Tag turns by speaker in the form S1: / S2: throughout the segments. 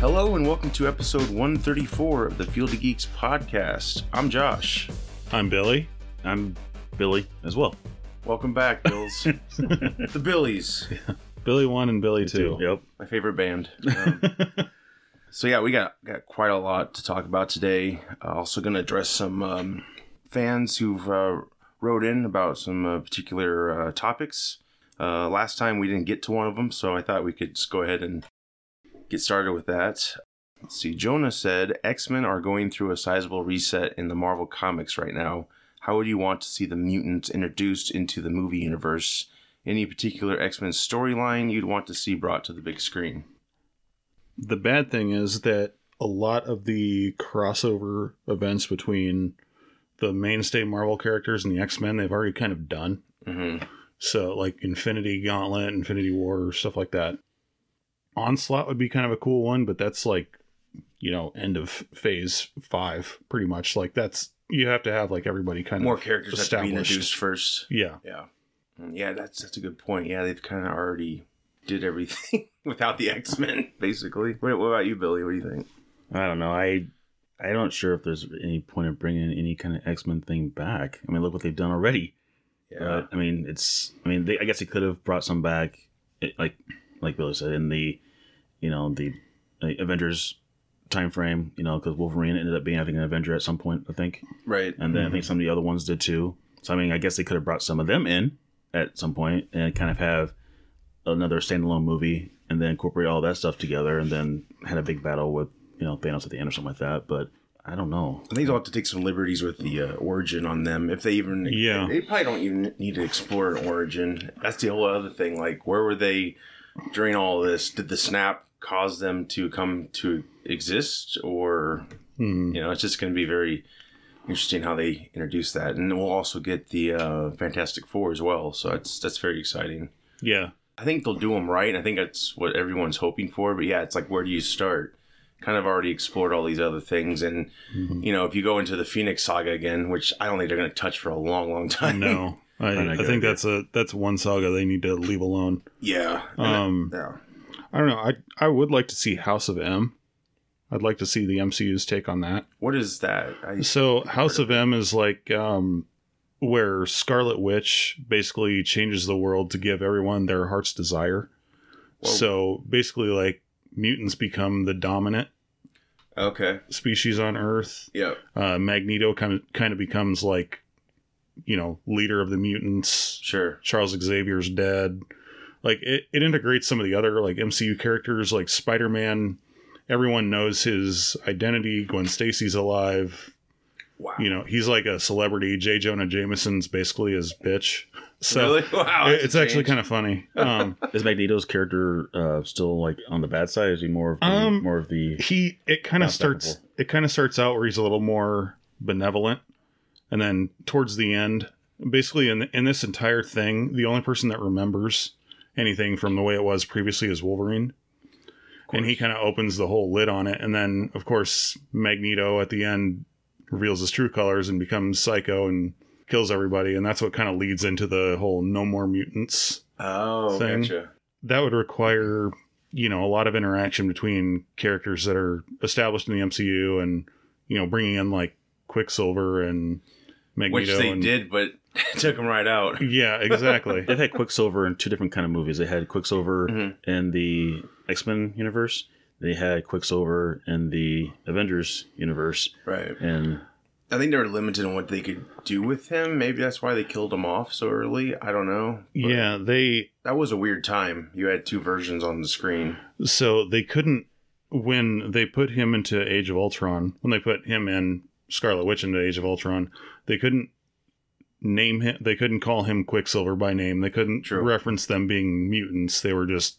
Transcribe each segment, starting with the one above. S1: Hello and welcome to episode 134 of the Field of Geeks podcast. I'm Josh.
S2: I'm Billy. I'm Billy as well.
S1: Welcome back, Bills. the Billies,
S2: Billy one and Billy two. Yep.
S1: my favorite band. Um, so yeah, we got got quite a lot to talk about today. Uh, also going to address some um, fans who've uh, wrote in about some uh, particular uh, topics. Uh, last time we didn't get to one of them, so I thought we could just go ahead and get started with that. Let's see, Jonah said X Men are going through a sizable reset in the Marvel comics right now. How would you want to see the mutants introduced into the movie universe? Any particular X Men storyline you'd want to see brought to the big screen?
S2: The bad thing is that a lot of the crossover events between the mainstay Marvel characters and the X Men they've already kind of done.
S1: Mm-hmm.
S2: So like Infinity Gauntlet, Infinity War, stuff like that. Onslaught would be kind of a cool one, but that's like you know end of phase five, pretty much. Like that's you have to have like everybody kind
S1: More
S2: of
S1: characters have to be
S2: established.
S1: introduced first.
S2: Yeah.
S1: Yeah, Mm, yeah, that's that's a good point. Yeah, they've kind of already did everything without the X Men, basically. What, what about you, Billy? What do you think?
S3: I don't know. I I don't sure if there's any point of bringing any kind of X Men thing back. I mean, look what they've done already. Uh, I mean, it's. I mean, they, I guess they could have brought some back, eh, like like Billy said in the, you know, the uh, Avengers time frame. You know, because Wolverine ended up being I think an Avenger at some point. I think,
S1: right. Mm-hmm.
S3: and then I think some of the other ones did too. So I mean, I guess they could have brought some of them in at some point and kind of have another standalone movie, and then incorporate all that stuff together, and then had a big battle with you know Thanos at the end or something like that. But I don't know.
S1: I think they'll have to take some liberties with the uh, origin on them if they even.
S2: Yeah.
S1: They probably don't even need to explore an origin. That's the whole other thing. Like, where were they during all this? Did the snap cause them to come to exist, or
S2: Hmm.
S1: you know, it's just going to be very interesting how they introduce that, and we'll also get the uh, Fantastic Four as well. So that's that's very exciting.
S2: Yeah.
S1: I think they'll do them right. and I think that's what everyone's hoping for. But yeah, it's like where do you start? Kind of already explored all these other things, and you know, if you go into the Phoenix Saga again, which I don't think they're going to touch for a long, long time.
S2: No, I,
S3: Probably not
S2: I
S3: a good
S2: think
S3: idea.
S2: that's a that's one saga they need to leave alone.
S1: yeah,
S2: Um,
S1: yeah,
S2: I don't know. I I would like to see House of M. I'd like to see the MCU's take on that.
S1: what is that? I,
S2: So House of M is like um, where Scarlet Witch basically changes the world to give everyone their heart's desire.
S1: Whoa.
S2: So basically, like mutants become the dominant
S1: okay,
S2: species on Earth.
S1: yeah,
S2: Uh, Magneto kind of kind of becomes like, you know, leader of the mutants.
S1: sure,
S2: Charles Xavier's dead. Like it, it integrates some of the other like MCU characters like Spider Man. Everyone knows his identity. Gwen Stacy's alive.
S1: wow,
S2: You know, he's like a celebrity. J. Jonah Jameson's basically his bitch. So
S1: really, wow,
S2: it- it's actually kind of funny. Um,
S3: Is Magneto's character uh, still like on the bad side? Is he more of the,
S2: Um,
S3: more of the?
S2: he it kind of
S3: Not
S2: starts
S3: bankable.
S2: it kind of starts out where he's a little more benevolent and then towards the end basically in in this entire thing the only person that remembers anything from the way it was previously is Wolverine and he kind of opens the whole lid on it and then of course Magneto at the end reveals his true colors and becomes psycho and kills everybody and that's what kind of leads into the whole no more mutants
S1: oh,
S2: thing.
S1: gotcha,
S2: that would require you know a lot of interaction between characters that are established in the MCU and you know bringing in like Quicksilver and Magneto.
S1: which they
S2: and-
S1: did, but took them right out.
S2: Yeah, exactly.
S3: They've had Quicksilver in two different kind of movies. They had Quicksilver
S1: Mhm.
S3: in the X Men universe. They had Quicksilver in the Avengers universe,
S1: Right,
S3: and
S1: I think they were limited in what they could do with him. Maybe that's why they killed him off so early. I don't know. But-
S2: yeah, they
S1: That was a weird time. You had two versions on the screen.
S2: so they couldn't when they put him into Age of Ultron when they put him and Scarlet Witch into Age of Ultron they couldn't name him they couldn't call him Quicksilver by name they couldn't
S1: True. Mm-hmm.
S2: reference them being mutants they were just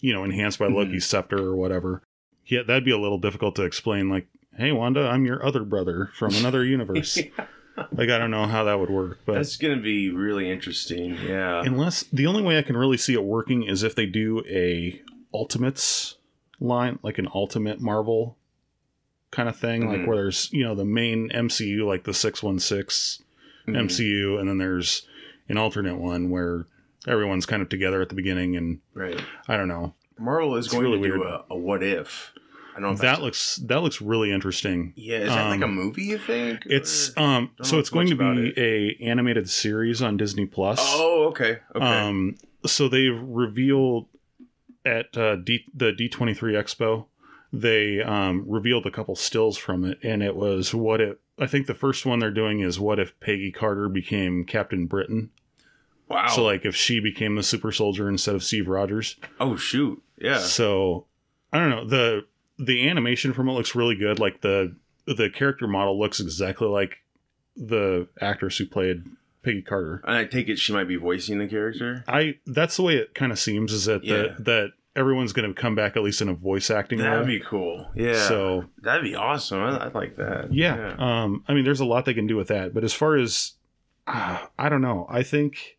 S2: you know enhanced by Loki's scepter or whatever yeah, that'd be a little difficult to explain. Like, hey, Wanda, I'm your other brother from another universe. Like, I don't know how that would work, but
S1: That's gonna be really interesting. Yeah.
S2: unless the only way I can really see it working is if they do a Ultimates line, like an Ultimate Marvel kind of thing, like
S1: Mhm.
S2: where there's you know the main MCU, like the six one six
S1: Mm-hmm.
S2: MCU, and then there's an alternate one where everyone's kind of together at the beginning, and
S1: Right.
S2: I don't know.
S1: Marvel is
S2: It's
S1: going
S2: really
S1: to do
S2: weird.
S1: a, a what if. I don't know if that's-
S2: That looks that looks really interesting.
S1: Yeah, is that like a
S2: um,
S1: movie? You think
S2: It's
S1: Or-
S2: um
S1: Don't
S2: so
S1: know
S2: it's
S1: much
S2: going to
S1: about
S2: be a animated series on Disney Plus.
S1: oh, okay, okay.
S2: Um, so they've revealed at uh, D- the D23 Expo, they um, revealed a couple stills from it, and it was what if I think the first one they're doing is what if Peggy Carter became Captain Britain?
S1: wow.
S2: So like if she became the super soldier instead of Steve Rogers.
S1: oh shoot. Yeah.
S2: So I don't know the the animation from it looks really good. Like the the character model looks exactly like the actress who played Peggy Carter.
S1: And I take it she might be voicing the character.
S2: I that's the way it kind of seems is that
S1: Yeah.
S2: the, that everyone's going to come back at least in a voice acting
S1: That'd
S2: role.
S1: be cool. Yeah.
S2: So
S1: that'd be awesome. I, I'd like that.
S2: yeah, um, I mean, there's a lot they can do with that. But as far as ah, I don't know, I think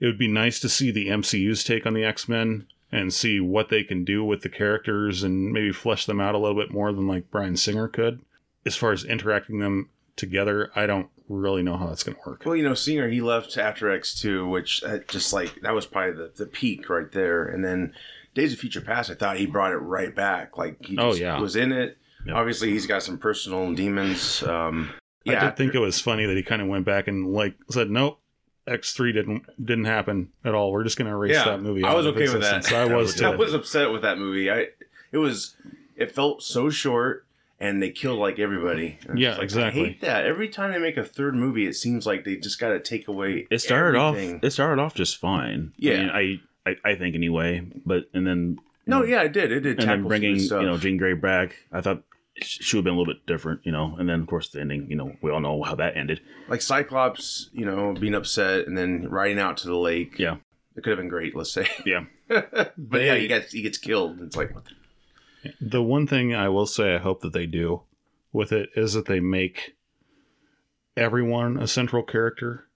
S2: it would be nice to see the MCU's take on the X Men and see what they can do with the characters and maybe flesh them out a little bit more than like Brian Singer could. As far as interacting them together, I don't really know how that's going to work.
S1: Well, you know, Singer he left after X two, which uh, just like that was probably the, the peak right there. And then Days of Future Past, I thought he brought it right back. Like he just
S2: Oh, yeah.
S1: was in it.
S3: Yeah.
S1: Obviously, he's got some personal demons. Um,
S2: I
S1: yeah,
S2: did think it was funny that he kind of went back and like said, "Nope, X three didn't didn't happen at all. We're just gonna erase
S1: yeah,
S2: that movie."
S1: I
S2: out
S1: was
S2: of
S1: okay with that.
S2: existence." I was
S1: I
S2: too.
S1: was upset with that movie. I it was it felt so short, and they killed like everybody. And
S2: Yeah,
S1: it's like,
S2: exactly.
S1: I hate that. Every time they make a third movie, it seems like they just got to take away.
S3: It started
S1: everything.
S3: off. It started off just fine.
S1: Yeah.
S3: I, mean, I, I I think anyway. But and then
S1: No, yeah, it did. It did.
S3: and
S1: tackle
S3: then
S1: some
S3: bringing
S1: good
S3: you
S1: stuff.
S3: know Jean Grey back. I thought sh- she would have been a little bit different, you know. And then of course the ending, you know, we all know how that ended.
S1: like Cyclops, you know, being upset and then riding out to the lake.
S3: Yeah.
S1: it could have been great. Let's say.
S3: Yeah.
S1: but yeah,
S2: They-
S1: he gets he gets killed. It's like what the-
S2: the one thing I will say, I hope that they do with it is that they make everyone a central character,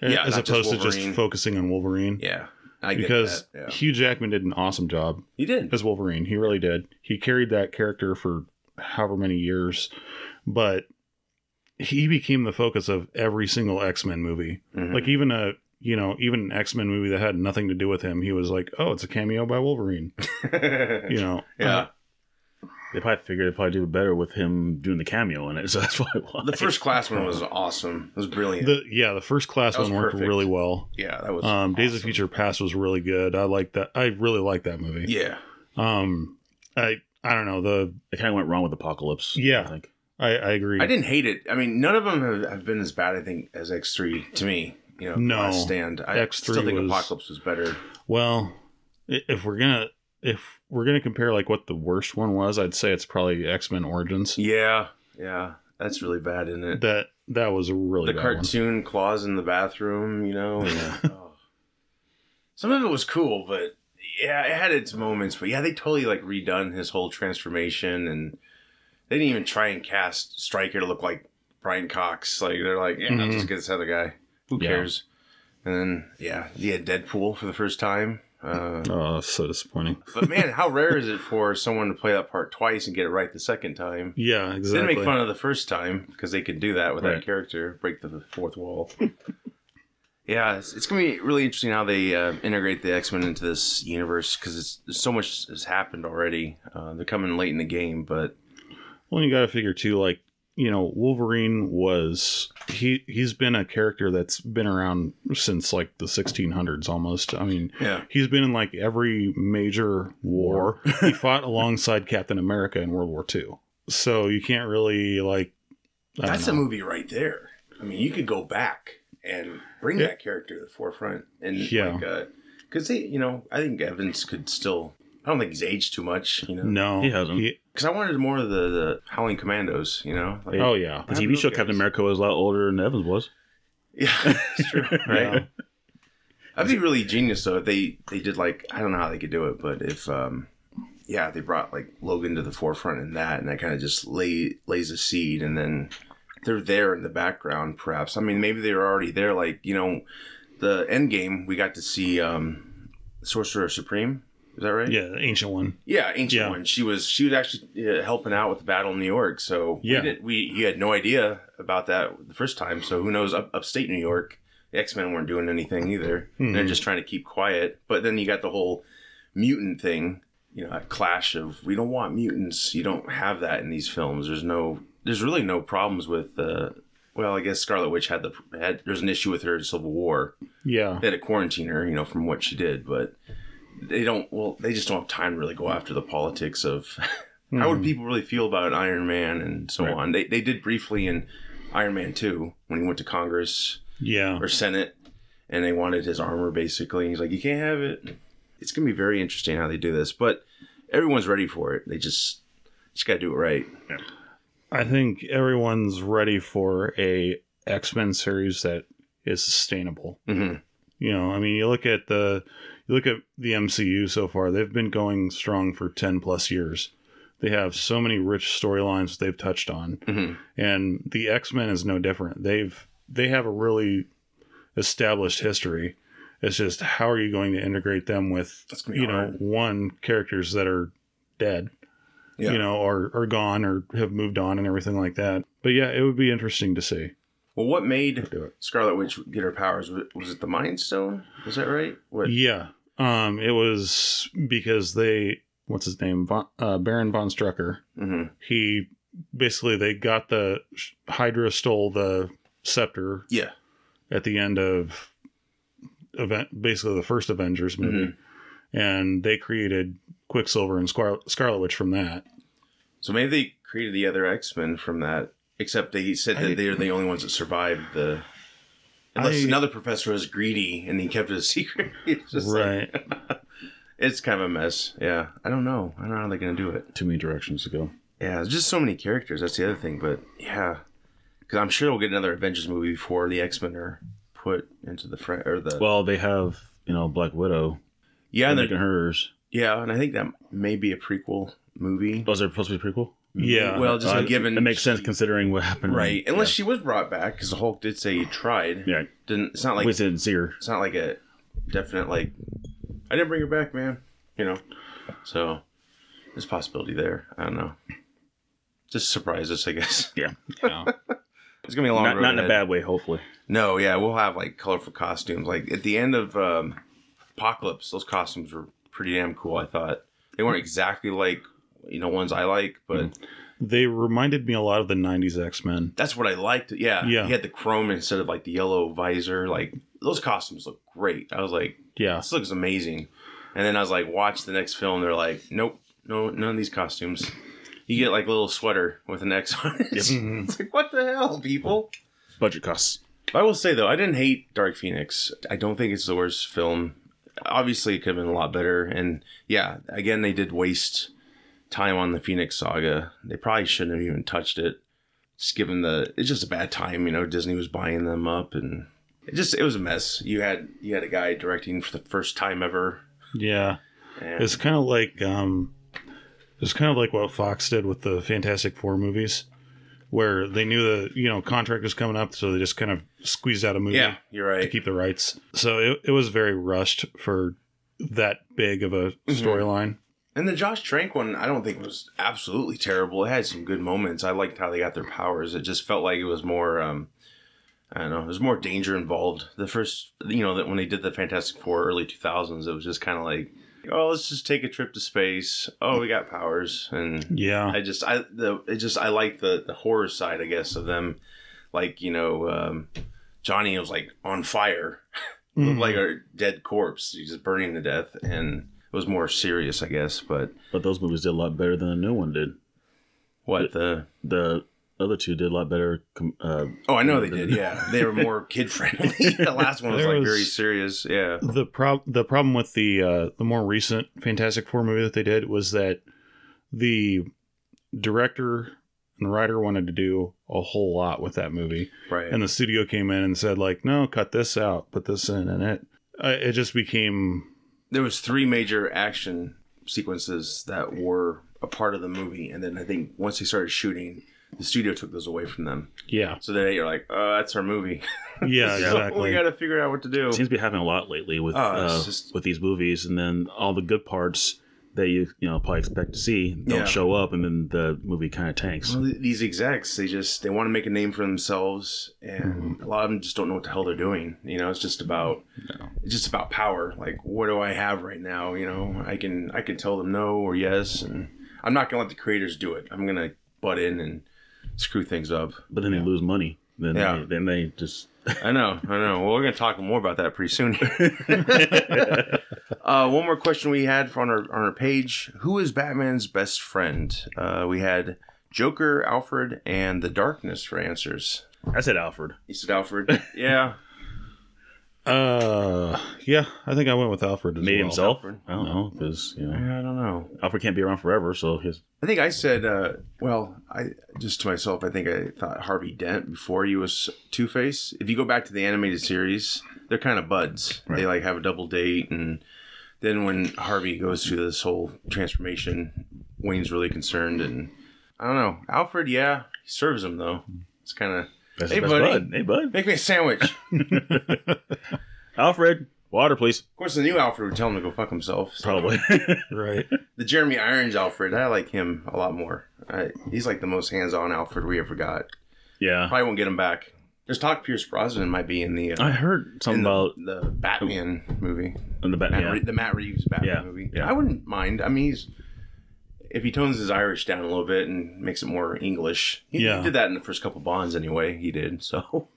S1: Yeah,
S2: as
S1: not just
S2: opposed to
S1: Wolverine.
S2: just focusing on Wolverine.
S1: yeah, I get
S2: because
S1: that. Yeah.
S2: Hugh Jackman did an awesome job
S1: he did.
S2: as Wolverine. He really did. He carried that character for however many years, but he became the focus of every single X Men movie.
S1: Mhm.
S2: Like even a you know even an X Men movie that had nothing to do with him, he was like, oh, it's a cameo by Wolverine. You know,
S1: yeah,
S3: They probably figured they probably do better with him doing the cameo in it, so that's why. why.
S1: the first class one was awesome. It was brilliant.
S2: the yeah the first class
S1: That was
S2: one worked
S1: perfect.
S2: really well.
S1: yeah, that was
S2: Um, Days of
S1: awesome.
S2: Future Past was really good. I like that. I really like that movie.
S1: Yeah,
S2: Um, I I don't know the
S3: it kind of went wrong with Apocalypse.
S2: Yeah.
S3: I think.
S2: I I agree.
S1: I didn't hate it. I mean, none of them have, have been as bad. I think as X three to me. You know,
S2: No.
S1: Last stand. I
S2: X3
S1: still think
S2: was-
S1: Apocalypse was better.
S2: Well, i- if we're gonna if we're gonna compare like what the worst one was, I'd say it's probably X Men Origins.
S1: Yeah, yeah, that's really bad, isn't it?
S2: That that was a
S1: the
S2: really bad
S1: cartoon claws in the bathroom, you know. and, oh. Some of it was cool, but yeah, it had its moments. But yeah, they totally like redone his whole transformation, and they didn't even try and cast Stryker to look like Brian Cox. Like they're like, yeah,
S2: Mhm.
S1: just get this other guy. Who
S3: Yeah.
S1: cares? And then yeah, he had Deadpool for the first time. Uh,
S2: one. Oh, that's so disappointing.
S1: but man, how rare is it for someone to play that part twice and get it right the second time?
S2: Yeah,
S1: They
S2: exactly.
S1: Didn't make fun of the first time because they could do that with
S3: Right.
S1: that character, break the fourth wall. yeah, it's, it's gonna be really interesting how they uh, integrate the X Men into this universe because so much has happened already. Uh, they're coming late in the game, but
S2: Well, you got to figure too, like you know, Wolverine was he he's been a character that's been around since like the 1600s almost. I mean,
S1: yeah,
S2: he's been in like every major war. he fought alongside Captain America in World War II. So you can't really like. I don't
S1: that's a
S2: know.
S1: movie right there. I mean, you could go back and bring
S2: Yeah.
S1: that character to the forefront, and
S2: Yeah.
S1: like, because they, you know, I think Evans could still. I don't think he's aged too much, you know,
S2: No,
S3: He hasn't.
S1: because I wanted more of the, the Howling Commandos, you know. Like,
S2: oh yeah,
S3: The
S1: I
S3: TV
S1: love
S3: show
S1: guys.
S3: Captain America was a lot older than Evans was.
S1: Yeah, it's true, right?
S2: Yeah.
S1: That'd be really genius though if they they did like I don't know how they could do it, but if um yeah, they brought like Logan to the forefront in that, and that kind of just lay lays a seed, and then they're there in the background, perhaps. I mean, maybe they were already there. Like you know, the end game, we got to see um, Sorcerer Supreme. Is that right?
S2: Yeah, the ancient one.
S1: Yeah, ancient
S2: Yeah.
S1: one. She was she was actually uh, helping out with the battle in New York. So
S2: Yeah.
S1: we, didn't, we he had no idea about that the first time. So who knows? Up, upstate New York, the X Men weren't doing anything either. They're
S2: Mhm.
S1: just trying to keep quiet. But then you got the whole mutant thing. You know, that clash of we don't want mutants. You don't have that in these films. There's no. There's really no problems with. Uh, well, I guess Scarlet Witch had the had. There's an issue with her in Civil War
S2: Yeah.
S1: they had to quarantine her, you know, from what she did, but they don't. Well, they just don't have time to really go after the politics of how
S2: Hmm.
S1: would people really feel about Iron Man and so
S3: Right.
S1: on. They they did briefly in Iron Man Two when he went to Congress
S2: Yeah.
S1: or Senate, and they wanted his armor basically. He's like, you can't have it. It's gonna be very interesting how they do this, but everyone's ready for it. They just just gotta do it right.
S2: I think everyone's ready for a X Men series that is sustainable.
S1: hmm
S2: You know, I mean, you look at the you look at the MCU so far; they've been going strong for ten plus years. They have so many rich storylines they've touched on,
S1: hmm
S2: and the X Men is no different. They've they have a really established history. It's just how are you going to integrate them with
S1: That's gonna be
S2: you know
S1: hard.
S2: one characters that are dead
S1: Yeah.
S2: you know, or are gone or have moved on and everything like that. But yeah, it would be interesting to see.
S1: Well, what made
S2: Do it.
S1: Scarlet Witch get her powers? Was- Was it the Mind Stone? Was that right? What?
S2: Yeah. Um, it was because they what's his name? Von, uh, Baron von Strucker.
S1: hmm
S2: He basically they got the Hydra stole the scepter
S1: Yeah.
S2: at the end of event basically the first Avengers
S1: Mm-hmm.
S2: movie. And they created Quicksilver and Scar- Scarlet Witch from that.
S1: So maybe they created the other X Men from that, except they said that
S2: I-
S1: they're the only ones that survived the. Unless
S2: I-
S1: another professor was greedy and he kept it a secret. It's just like-
S2: right.
S1: it's kind of a mess. Yeah. I don't know. I don't know how they're going to do it.
S3: Too many directions to go.
S1: Yeah. There's just so many characters. That's the other thing. But yeah. Because I'm sure we'll get another Avengers movie before the X Men are put into the. Fr- or the
S3: Well, they have you know Black Widow.
S1: yeah.
S3: They're
S1: And
S3: making
S1: they're-
S3: hers.
S1: yeah. And I think that may be a prequel movie.
S3: Was there supposed to be a prequel?
S2: Yeah.
S1: Well, just
S3: Uh,
S1: like given.
S3: It makes sense considering what
S2: mm,
S3: happened.
S1: Right. Unless she was brought back because the Hulk did say he tried.
S3: Yeah.
S1: Didn't, it's not like
S3: we didn't see her.
S1: it's not like a definite like I didn't bring her back, man. You know, so there's possibility there. I don't know. Just surprise us, I guess.
S2: yeah.
S1: It's gonna be a long
S3: Not,
S1: road.
S3: not in a
S1: ahead.
S3: bad way, hopefully.
S1: No, yeah, we'll have like colorful costumes. Like at the end of um, Apocalypse, those costumes were pretty damn cool. I thought they weren't exactly like you know ones I like, but
S3: Mm-hmm.
S2: They reminded me a lot of the '90s X Men.
S1: that's what I liked. Yeah,
S2: Yeah.
S1: He had the chrome instead of like the yellow visor. Like those costumes look great. I was like,
S2: Yeah.
S1: this looks amazing. And then I was like, watch the next film. They're like, nope, no, none of these costumes. You get like a little sweater with an X on it. It's like, what the hell, people?
S3: Budget costs.
S1: I will say though, I didn't hate Dark Phoenix. I don't think it's the worst film. Obviously, it could have been a lot better. And yeah, again, they did waste time on the Phoenix saga. They probably shouldn't have even touched it. Just given the, it's just a bad time. You know, Disney was buying them up, and it just it was a mess. You had you had a guy directing for the first time ever.
S2: Yeah.
S1: And
S2: It's kind of like um, it's kind of like what Fox did with the Fantastic Four movies, where they knew the you know contract was coming up, so they just kind of squeezed out a movie
S1: yeah, you're
S2: to
S1: right.
S2: keep the rights. So it, it was very rushed for that big of a
S1: Mm-hmm.
S2: storyline.
S1: And the Josh Trank one, I don't think was absolutely terrible. It had some good moments. I liked how they got their powers. It just felt like it was more, um, I don't know, it was more danger involved. The first, you know, that when they did the Fantastic Four early 2000s, it was just kind of like, oh, let's just take a trip to space. Oh, we got powers. And
S2: Yeah,
S1: I just, I, the, it just, I like the, the horror side, I guess, of them. Like, you know, um, Johnny was like on fire
S2: Mhm.
S1: looked like a dead corpse. He's just burning to death, and it was more serious, I guess. But
S3: But those movies did a lot better than the new one did.
S1: what the?
S3: The other two did a lot better. com- Uh,
S1: Oh, I know they did. Yeah, they were more kid friendly. the last one was
S2: There
S1: like
S2: was-
S1: very serious. Yeah.
S2: Mm-hmm. the prob the problem with the uh, the more recent Fantastic Four movie that they did was that the director and writer wanted to do a whole lot with that movie.
S1: Right.
S2: and the studio came in and said like no cut this out put this in and it uh, it just became
S1: there was three major action sequences that were a part of the movie, and then I think once they started shooting, the studio took those away from them.
S2: Yeah.
S1: So then you're like, oh, that's our movie.
S2: Yeah, Oh
S1: So we
S2: exactly.
S1: got to figure out what to do.
S3: It seems to be happening a lot lately with
S1: Oh, it's
S3: uh,
S1: just-
S3: with these movies, and then all the good parts that you you know probably expect to see don't
S1: Yeah.
S3: show up, and then the movie kind of tanks.
S1: Well, th- these execs, they just they want to make a name for themselves, and a lot of them just don't know what the hell they're doing. You know, it's just about it's just about power. Like, what do I have right now? You know, I can I can tell them no or yes, and I'm not gonna let the creators do it. I'm gonna butt in and screw things up.
S3: But then they lose money. Then
S1: Yeah.
S3: they, then they just
S1: I know, I know. Well, we're gonna talk more about that pretty soon. uh, one more question we had on our on our page: Who is Batman's best friend? Uh, we had Joker, Alfred, and the Darkness for answers.
S3: I said Alfred.
S1: He said Alfred. Yeah.
S2: Uh, yeah, I think I went with Alfred. As
S3: Made
S2: well.
S3: himself.
S1: Alfred.
S3: I don't know because you know
S1: I don't know.
S3: Alfred can't be around forever, so his
S1: I think I said, uh, well, I just to myself, I think I thought Harvey Dent before he was Two Face. If you go back to the animated series, they're kind of buds. They like have a double date, and then when Harvey goes through this whole transformation, Wayne's really concerned, and I don't know. Alfred, yeah, he serves him though. It's kind of
S3: that's
S1: Hey,
S3: his best
S1: buddy.
S3: bud. Hey bud,
S1: make me a sandwich. of
S3: Alfred, water please.
S1: course, the new Alfred would tell him to go fuck himself. so-
S3: Probably.
S2: Right.
S1: the Jeremy Irons Alfred, I like him a lot more. I, he's like the most hands-on Alfred we ever got.
S3: yeah.
S1: Probably won't get him back. There's talk Pierce Brosnan might be in the uh,
S3: I heard
S1: in
S3: something
S1: the,
S3: about
S1: the Batman movie,
S3: in the back.
S1: Matt
S3: yeah.
S1: Re- the Matt Reeves Batman
S3: Yeah,
S1: movie.
S3: yeah.
S1: I wouldn't mind. I mean, he's if he tones his Irish down a little bit and makes it more English. He, he
S2: Yeah.
S1: did that in the first couple Bonds anyway. He did so.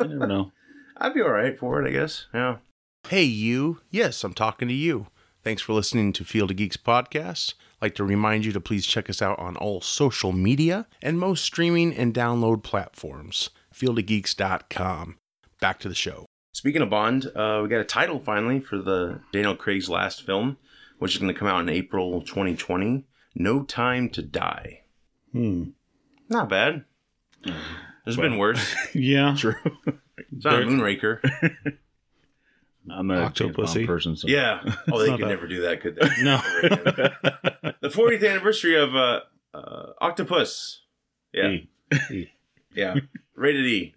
S3: You never know.
S1: I'd be all right for it, I guess. Yeah. Hey, you. Yes, I'm talking to you. Thanks for listening to Field of Geeks podcast. I'd like to remind you to please check us out on all social media and most streaming and download platforms. Fieldofgeeks.com. Back to the show. Speaking of Bond, uh, we got a title finally for the Daniel Craig's last film, which is going to come out in April 2020. No Time to Die.
S2: Hmm.
S1: Not bad. There's been worse.
S2: Yeah.
S3: True.
S1: It's not a Moonraker.
S3: I'm a
S2: Octopussy.
S3: Bond person. So.
S1: Yeah. Oh, they
S2: not
S1: could
S2: that-
S1: never do that, could they?
S2: No.
S1: the 40th anniversary of uh, uh, Octopus. Yeah,
S3: Hey,
S1: yeah. Rated E.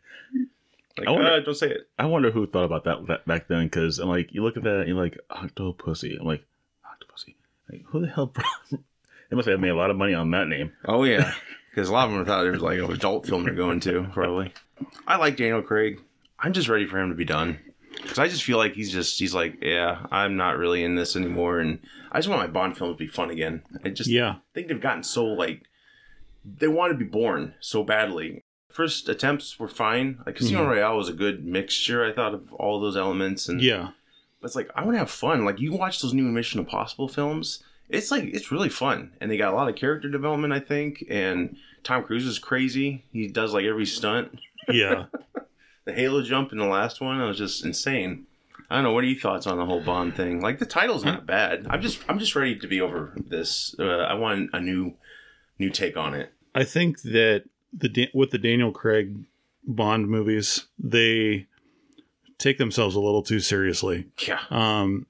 S1: Like,
S3: I wonder-
S1: uh, don't say it.
S3: I wonder who thought about that, that back then because I'm like, you look at that and you're like, octopussy. I'm like, octopussy. Like, who the hell? they must have made a lot of money on that name.
S1: Oh yeah, because a lot of them thought it was like an adult film they're going to. Probably. I like Daniel Craig. I'm just ready for him to be done. Because I just feel like he's just he's like yeah I'm not really in this anymore and I just want my Bond films to be fun again. I just
S2: Yeah.
S1: think they've gotten so like they want to be born so badly. First attempts were fine. Like Casino Royale was a good mixture, I thought, of all those elements. And
S2: Yeah.
S1: but it's like I want to have fun. Like you watch those new Mission Impossible films, it's like it's really fun, and they got a lot of character development, I think. And Tom Cruise is crazy. He does like every stunt.
S2: Yeah.
S1: The Halo jump in the last one, that was just insane. I don't know. What are your thoughts on the whole Bond thing? Like the title's not bad. I'm just I'm just ready to be over this. Uh, I want a new new take on it.
S2: I think that the Da- with the Daniel Craig Bond movies, they take themselves a little too seriously.
S1: Yeah.
S2: Um,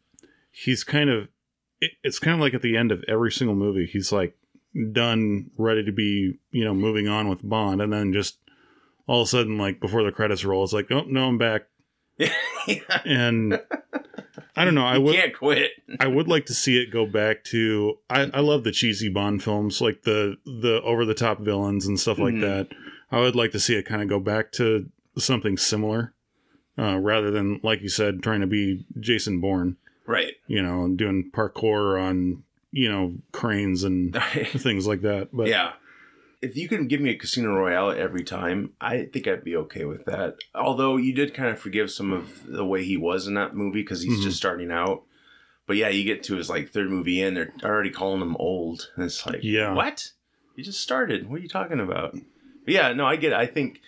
S2: he's kind of it, it's kind of like at the end of every single movie, he's like done, ready to be you know moving on with Bond, and then just all of a sudden, like before the credits roll, it's like, oh no, I'm back,
S1: yeah.
S2: and I don't know. I would
S1: Can't quit.
S2: I would like to see it go back to I, I love the cheesy Bond films, like the the over the top villains and stuff like
S1: Mhm.
S2: that. I would like to see it kind of go back to something similar, uh, rather than like you said, trying to be Jason Bourne,
S1: Right.
S2: you know, and doing parkour on you know cranes and things like that. But
S1: yeah. If you can give me a Casino Royale every time, I think I'd be okay with that. Although you did kind of forgive some of the way he was in that movie because he's
S2: Mhm.
S1: just starting out. But yeah, you get to his like third movie in, they're already calling him old, and it's like,
S2: Yeah.
S1: what? You just started. What are you talking about? But yeah, no, I get. It. I think,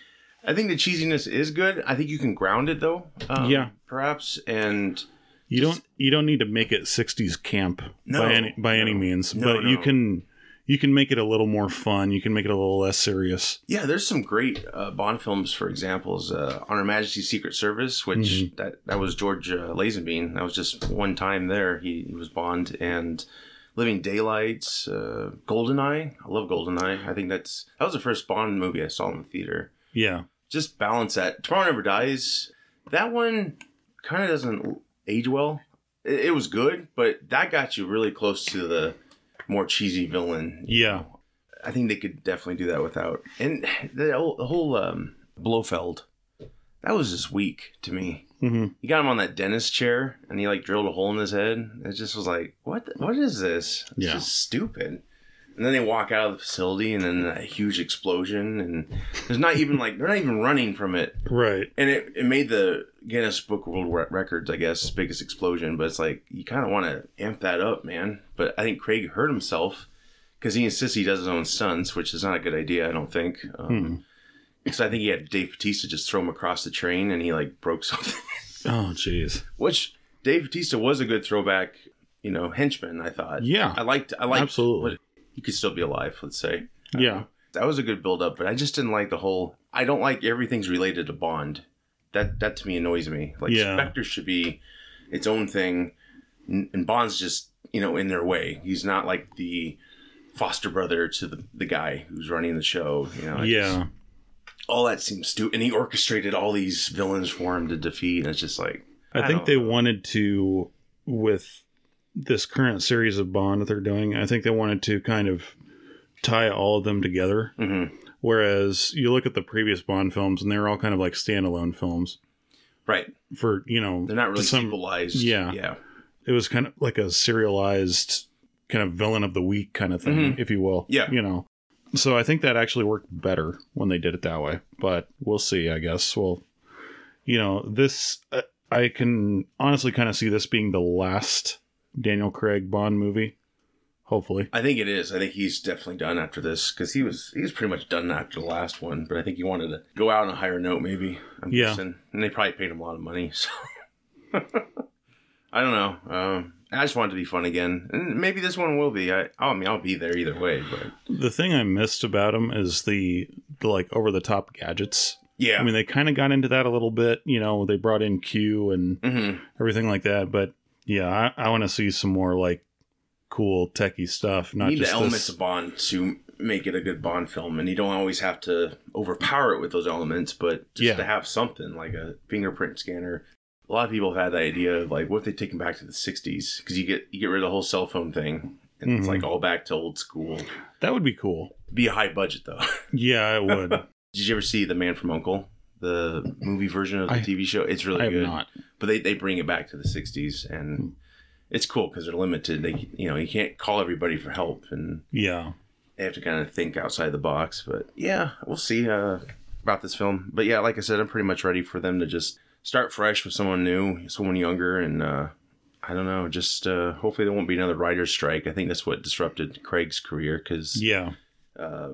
S1: I think the cheesiness is good. I think you can ground it though. Um,
S2: Yeah.
S1: perhaps. And
S2: you
S1: Just-
S2: don't you don't need to make it '60s camp
S1: No,
S2: by any by any
S1: no,
S2: means,
S1: no,
S2: but you
S1: no.
S2: can you can make it a little more fun. You can make it a little less serious.
S1: Yeah, there's some great uh, Bond films. For examples, uh, on Her Majesty's Secret Service, which that that was George uh, Lazenby. That was just one time there. He, he was Bond, and Living Daylights, uh, Goldeneye. I love Goldeneye. I think that's that was the first Bond movie I saw in the theater.
S2: Yeah.
S1: Just balance that. Tomorrow Never Dies. That one kind of doesn't age well. It, it was good, but that got you really close to the more cheesy villain.
S2: Yeah.
S1: I think they could definitely do that without. And the whole, the whole um, Blofeld, that was just weak to me.
S2: hmm
S1: You got him on that dentist chair, and he like drilled a hole in his head. It just was like, what? the- What is this? It's
S2: Yeah.
S1: just stupid. And then they walk out of the facility, and then a huge explosion, and there's not even like they're not even running from it.
S2: Right.
S1: And it, it made the Guinness Book of World Re- Records, I guess, biggest explosion. But it's like you kind of want to amp that up, man. But I think Craig hurt himself because he insists he does his own stunts, which is not a good idea, I don't think. Because
S2: Hmm.
S1: I think he had Dave Batista just throw him across the train, and he like broke something.
S2: Oh, jeez.
S1: which Dave Batista was a good throwback, you know, henchman. I thought.
S2: Yeah.
S1: I liked. I liked.
S2: Absolutely.
S1: what- He could still be alive. Let's say
S2: Yeah.
S1: that was a good build up, but I just didn't like the whole. I don't like everything's related to Bond. That that to me annoys me. Like
S2: Yeah.
S1: Spectre should be its own thing, n- and Bond's just you know in their way. He's not like the foster brother to the, the guy who's running the show. You know, It's-
S2: Yeah.
S1: all that seems stupid. And he orchestrated all these villains for him to defeat. And it's just like
S2: I,
S1: I
S2: think
S1: don't
S2: they wanted to with this current series of Bond that they're doing. I think they wanted to kind of tie all of them together.
S1: Mhm.
S2: Whereas you look at the previous Bond films, and they're all kind of like standalone films.
S1: right.
S2: For you know,
S1: They're not
S2: to
S1: really
S2: some-
S1: symbolized.
S2: yeah.
S1: yeah.
S2: It was kind of like a serialized kind of villain of the week kind of thing, if you will.
S1: Mm-hmm. Yeah.
S2: you know. So I think that actually worked better when they did it that way. But we'll see. I guess we'll you know, this uh, I can honestly kind of see this being the last Daniel Craig Bond movie. Hopefully,
S1: I think it is. I think he's definitely done after this because he was he was pretty much done after the last one. But I think he wanted to go out on a higher note, maybe. I'm
S2: Yeah.
S1: guessing, and they probably paid him a lot of money. So I don't know. Um, I just want it to be fun again, and maybe this one will be. I, I mean, I'll be there either way. But
S2: the thing I missed about him is the, the like over the top gadgets.
S1: yeah,
S2: I mean, they kind of got into that a little bit. You know, they brought in Q and
S1: Mhm.
S2: everything like that. But yeah, I, I want to see some more like cool techie stuff. Not
S1: you need the
S2: just
S1: elements
S2: this.
S1: of Bond to make it a good Bond film, and you don't always have to overpower it with those elements, but just
S2: Yeah.
S1: to have something like a fingerprint scanner. A lot of people have had the idea of like, what if they take them back to the '60s? Because you get you get rid of the whole cell phone thing, and it's
S2: Mhm.
S1: like all back to old school.
S2: that would be cool.
S1: Be a high budget though.
S2: Yeah, it would.
S1: Did you ever see The Man from Uncle, the movie version of the
S2: I-
S1: TV show? It's really
S2: I have
S1: good
S2: not. Hmm.
S1: but they, they bring it back to the 60s and it's cool because they're limited they you know you can't call everybody for help and
S2: Yeah.
S1: they have to kind of think outside the box but yeah we'll see uh, about this film but yeah like i said i'm pretty much ready for them to just start fresh with someone new someone younger and uh, i don't know just uh, hopefully there won't be another writer's strike i think that's what disrupted craig's career because
S2: Yeah.
S1: uh,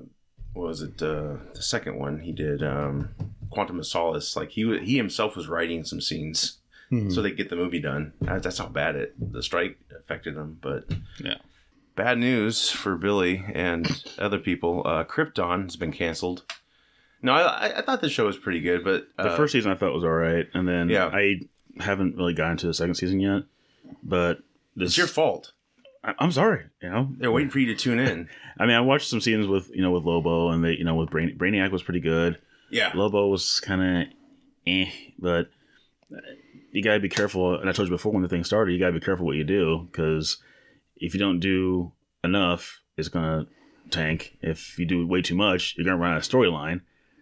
S1: what was it uh, the second one he did um, quantum of solace like he wa- he himself was writing some scenes
S3: Hmm.
S2: Mhm.
S1: so they get the movie done. That- That's how bad it the strike affected them. But
S2: Yeah.
S1: bad news for Billy and other people. Uh, Krypton has been canceled. No, I, I- I thought the show was pretty good, but
S3: The
S1: uh,
S3: first season I felt was all right, and then
S1: Yeah.
S3: I haven't really gotten to the second season yet. But this,
S1: it's your fault.
S3: I, I'm sorry, you know.
S1: They're waiting for you to tune in.
S3: I mean, I watched some scenes with you know with Lobo, and they you know with Brain, Brainiac was pretty good.
S1: Yeah,
S3: Lobo was kind of eh, but uh, you gotta be careful. And I told you before when the thing started, you gotta be careful what you do because if you don't do enough, it's gonna tank. If you do way too much, you're gonna run out of storyline.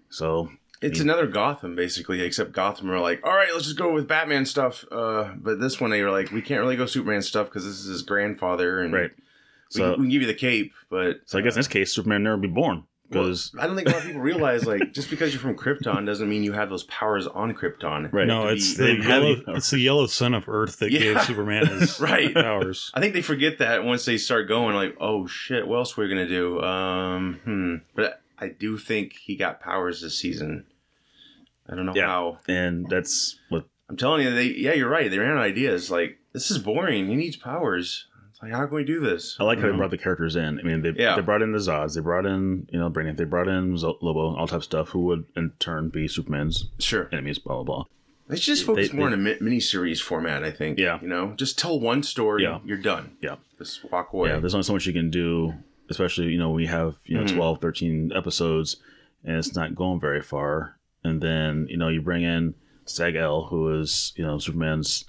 S3: So
S1: it's another Gotham basically, except Gotham are like, all right, let's just go with Batman stuff. Uh, but this one they were like, we can't really go Superman stuff because this is his grandfather, and
S3: right.
S1: we, can-
S3: So
S1: we can give you the cape, but
S3: so I guess in this case, Superman never be born because
S1: I don't think a lot of people realize like just because you're from Krypton doesn't mean you have those powers on Krypton.
S3: right.
S2: No,
S1: to
S2: it's
S1: be-
S2: the
S3: they have
S2: yellow.
S3: any power.
S2: It's the yellow sun of Earth that gave
S1: Yeah.
S2: Superman his
S1: Right.
S2: powers.
S1: I think they forget that once they start going like, oh shit, what else we're gonna do? Um, hmm. But I do think he got powers this season. I don't know
S3: Yeah.
S1: how.
S3: and that's what
S1: I'm telling you, they yeah, you're right. They ran out of ideas. Like this is boring. He needs powers. It's like how can we do this?
S3: I like how
S1: Mhm.
S3: they brought the characters in. I mean, they
S1: Yeah.
S3: they brought in the Zods, they brought in you know Brainiac, they brought in Zo- Lobo, all type of stuff, who would in turn be Superman's
S1: Sure.
S3: enemies, blah blah blah.
S1: Let's just focus
S3: They-
S1: more on a mi- miniseries format. I think.
S3: Yeah.
S1: You know, just tell one story.
S3: Yeah.
S1: You're done.
S3: Yeah.
S1: Just walk away.
S3: Yeah, there's only so much you can do, especially, you know, we have, you know,
S1: Mhm.
S3: 12, 13 episodes and it's not going very far. And then, you know, you bring in Sag El, who is, you know, Superman's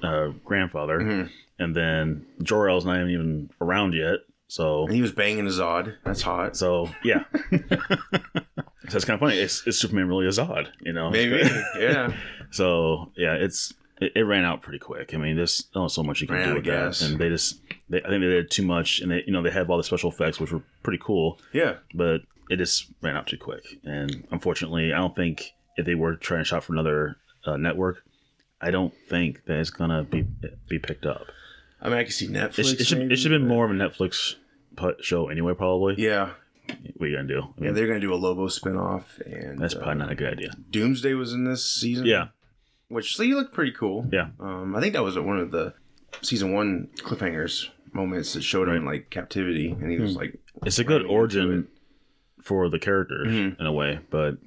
S3: uh, grandfather.
S1: Mhm.
S3: And then Jor El's not even around yet. So,
S1: And he was banging his odd. That's hot.
S3: so yeah. so it's kind of funny. It's, it's Superman really is odd, you know?
S1: Maybe. yeah.
S3: So yeah, it's it, it ran out pretty quick. I mean, there's not so much you can
S1: Ran out
S3: do
S1: of
S3: with that,
S1: gas.
S3: and they just they, I think they did too much, and they you know they have all the special effects which were pretty cool,
S1: Yeah.
S3: but it just ran out too quick. And unfortunately, I don't think if they were trying to shop for another uh, network, I don't think that it's gonna be be picked up.
S1: I mean, I can see Netflix.
S3: It, sh- it should
S1: maybe,
S3: it should have been
S1: but-
S3: more of a Netflix pu- show anyway. Probably
S1: Yeah.
S3: what are you gonna do? I mean,
S1: Yeah, they're gonna do a Lobo spinoff, and
S3: Mm. that's probably
S1: uh,
S3: not a good idea.
S1: Doomsday was in this season.
S3: Yeah,
S1: which so he looked pretty cool.
S3: Yeah.
S1: um, I think that was one of the season one cliffhangers moments that showed him in like captivity, and he was like,
S3: it's a good
S1: running into
S3: origin for the characters
S1: Mhm.
S3: in a way, but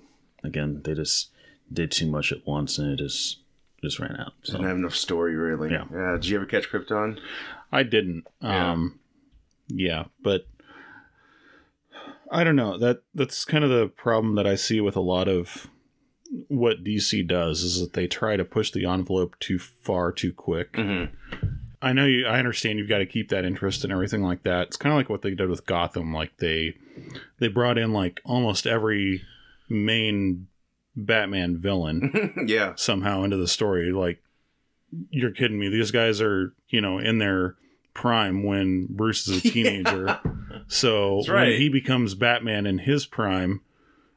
S3: again, they just did too much at once and it just just ran out. So
S1: "Didn't have enough story, really."
S3: Yeah.
S1: Did you ever catch Krypton?
S2: I didn't.
S1: Yeah.
S2: Um yeah, but I don't know. That that's kind of the problem that I see with a lot of what DC does is that they try to push the envelope too far too quick.
S1: Mm-hmm.
S2: I know you I understand you've got to keep that interest and everything like that. It's kind of like what they did with Gotham like they they brought in like almost every main Batman villain
S1: yeah,
S2: somehow into the story. Like, you're kidding me. These guys are, you know, in their prime when Bruce is a teenager. So
S1: That's
S2: when
S1: right.
S2: he becomes Batman in his prime,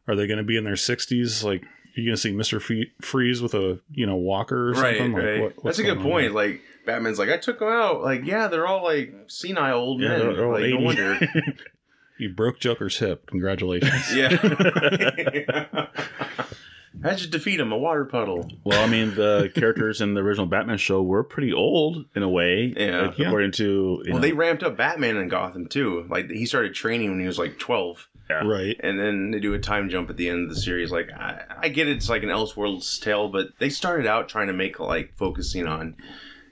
S2: are they going to be in their 60s? Like, you're going to see Mr. Fe- Freeze with a, you know, walker or
S1: right,
S2: something? Like,
S1: right.
S2: what-
S1: That's
S2: what's
S1: a good
S2: going on
S1: point. Like Batman's like, "I took him out." Like, yeah, they're all like senile old
S3: Yeah,
S1: men.
S3: they're- they're all
S1: like,
S3: 80.
S1: no wonder.
S2: there? You broke Joker's hip. Congratulations.
S1: yeah. How'd you defeat him? A water puddle.
S3: well, I mean, the characters in the original Batman show were pretty old in a way,
S1: Yeah.
S3: like, according to you
S1: Well,
S3: know,
S1: they ramped up Batman in Gotham too. Like he started training when he was like twelve.
S2: right.
S1: and then they do a time jump at the end of the series. Like I, I get it's like an Elseworlds tale, but they started out trying to make like focusing on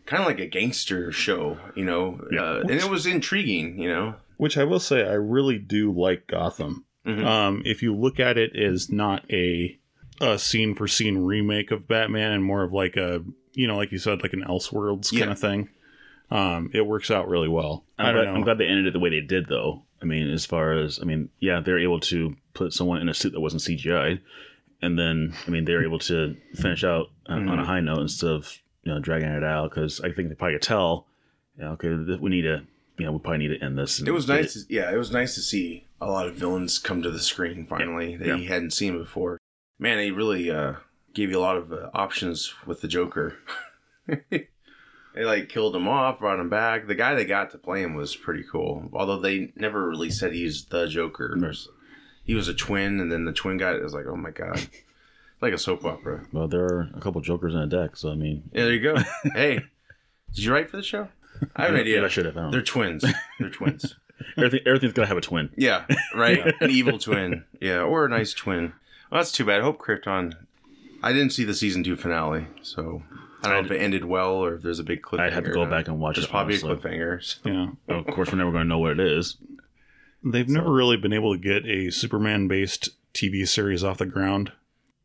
S1: kind of like a gangster show, you know, uh, and it was intriguing, you know.
S2: Which I will say, I really do like Gotham.
S1: Mhm.
S3: Mm-hmm.
S2: Um, if you look at it as not a a scene for scene remake of Batman and more of like a you know like you said like an Elseworlds kind
S1: Yeah.
S2: of thing, um, it works out really well.
S3: I'm,
S2: I
S3: glad,
S2: don't
S3: I'm
S2: know.
S3: glad they ended it the way they did, though. I mean, as far as I mean, yeah, they're able to put someone in a suit that wasn't CGI, and then I mean, they're able to finish out on, on a
S2: Mm-hmm.
S3: high note instead of you know dragging it out because I think they probably could tell, you know, okay, th- we need to, you know, we probably need to end this. and
S1: It was
S3: get
S1: nice. To, yeah, it was nice to see a lot of villains come to the screen finally that you hadn't seen before. Man, they really uh, gave you a lot of uh, options with the Joker. they like killed him off, brought him back. The guy they got to play him was pretty cool, although they never really said he's the Joker.
S3: Mm-hmm.
S1: He was a twin, and then the twin guy was like, "Oh my god." Like a soap opera.
S3: Well, there are a couple jokers in a deck, so I mean,
S1: Yeah, there you go. hey, did you write for the show? I have an
S3: maybe I
S1: idea.
S3: should have. I don't know.
S1: They're twins. They're twins.
S3: Everything, everything's gonna have a twin.
S1: Yeah, right. An evil twin. Yeah, or a nice twin. Well, that's too bad. I hope Krypton. I didn't see the season two finale, so I don't know if it ended well or if there's a big cliffhanger.
S3: I'd have to go back and watch
S1: There's
S3: it.
S1: probably
S3: honestly.
S1: a cliffhanger. so-
S2: yeah,
S3: Of course, we're never gonna know what it is.
S2: they've never really been able to get a Superman based TV series off the ground.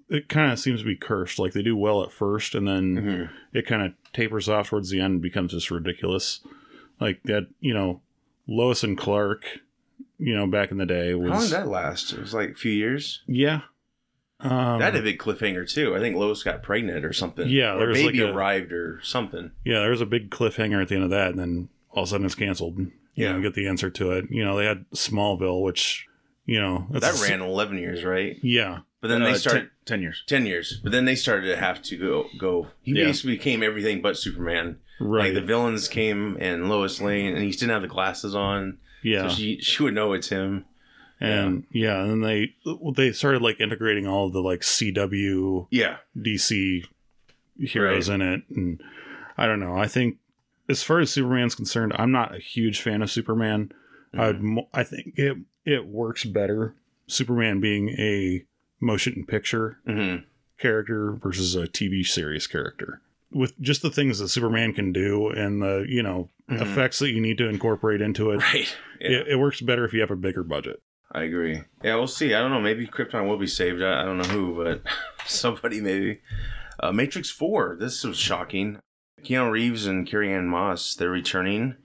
S2: It kind of seems to be cursed. Like they do well at first, and then
S3: Mm-hmm.
S1: Mm-hmm.
S2: it kind of tapers off towards the end and becomes just ridiculous. Like that, you know, Lois and Clark, you know, back in the day was
S1: How long did that last? It was like a few years.
S2: Yeah. Um,
S1: that had a big cliffhanger too. I think Lois got pregnant or something.
S2: Yeah, there
S1: or
S2: was like
S1: baby
S2: a-
S1: arrived or something.
S2: yeah, there was a big cliffhanger at the end of that, and then all of a sudden it's canceled. You
S1: Yeah.
S2: know, get the answer to it. You know, they had Smallville, which you know
S1: That
S2: that's a-
S1: ran eleven years, right?
S2: Yeah,
S1: But then
S3: Uh,
S1: they
S3: ten-
S1: started
S3: ten years.
S1: ten years. But then they started to have to go. Go. He
S3: Yeah.
S1: basically became everything but Superman.
S2: right.
S1: Like the villains came and Lois Lane, and he didn't have the glasses on,
S2: yeah,
S1: so she she would know it's him.
S2: and yeah. and then they they started like integrating all of the like CW
S1: Yeah,
S2: DC heroes in it, and I don't know. I think as far as Superman's concerned, I'm not a huge fan of Superman.
S1: Mm-hmm.
S2: I would, mo- I think it it works better Superman being a motion picture
S1: hmm
S2: character versus a TV series character. With just the things that Superman can do and the, you know,
S1: Mhm.
S2: effects that you need to incorporate into it,
S1: Right. Yeah,
S2: it, it works better if you have a bigger budget.
S1: I agree. Yeah, we'll see. I don't know. Maybe Krypton will be saved. I, I don't know who, but somebody maybe. Uh, Matrix 4. This was shocking. Keanu Reeves and Carrie Ann Moss, they're returning.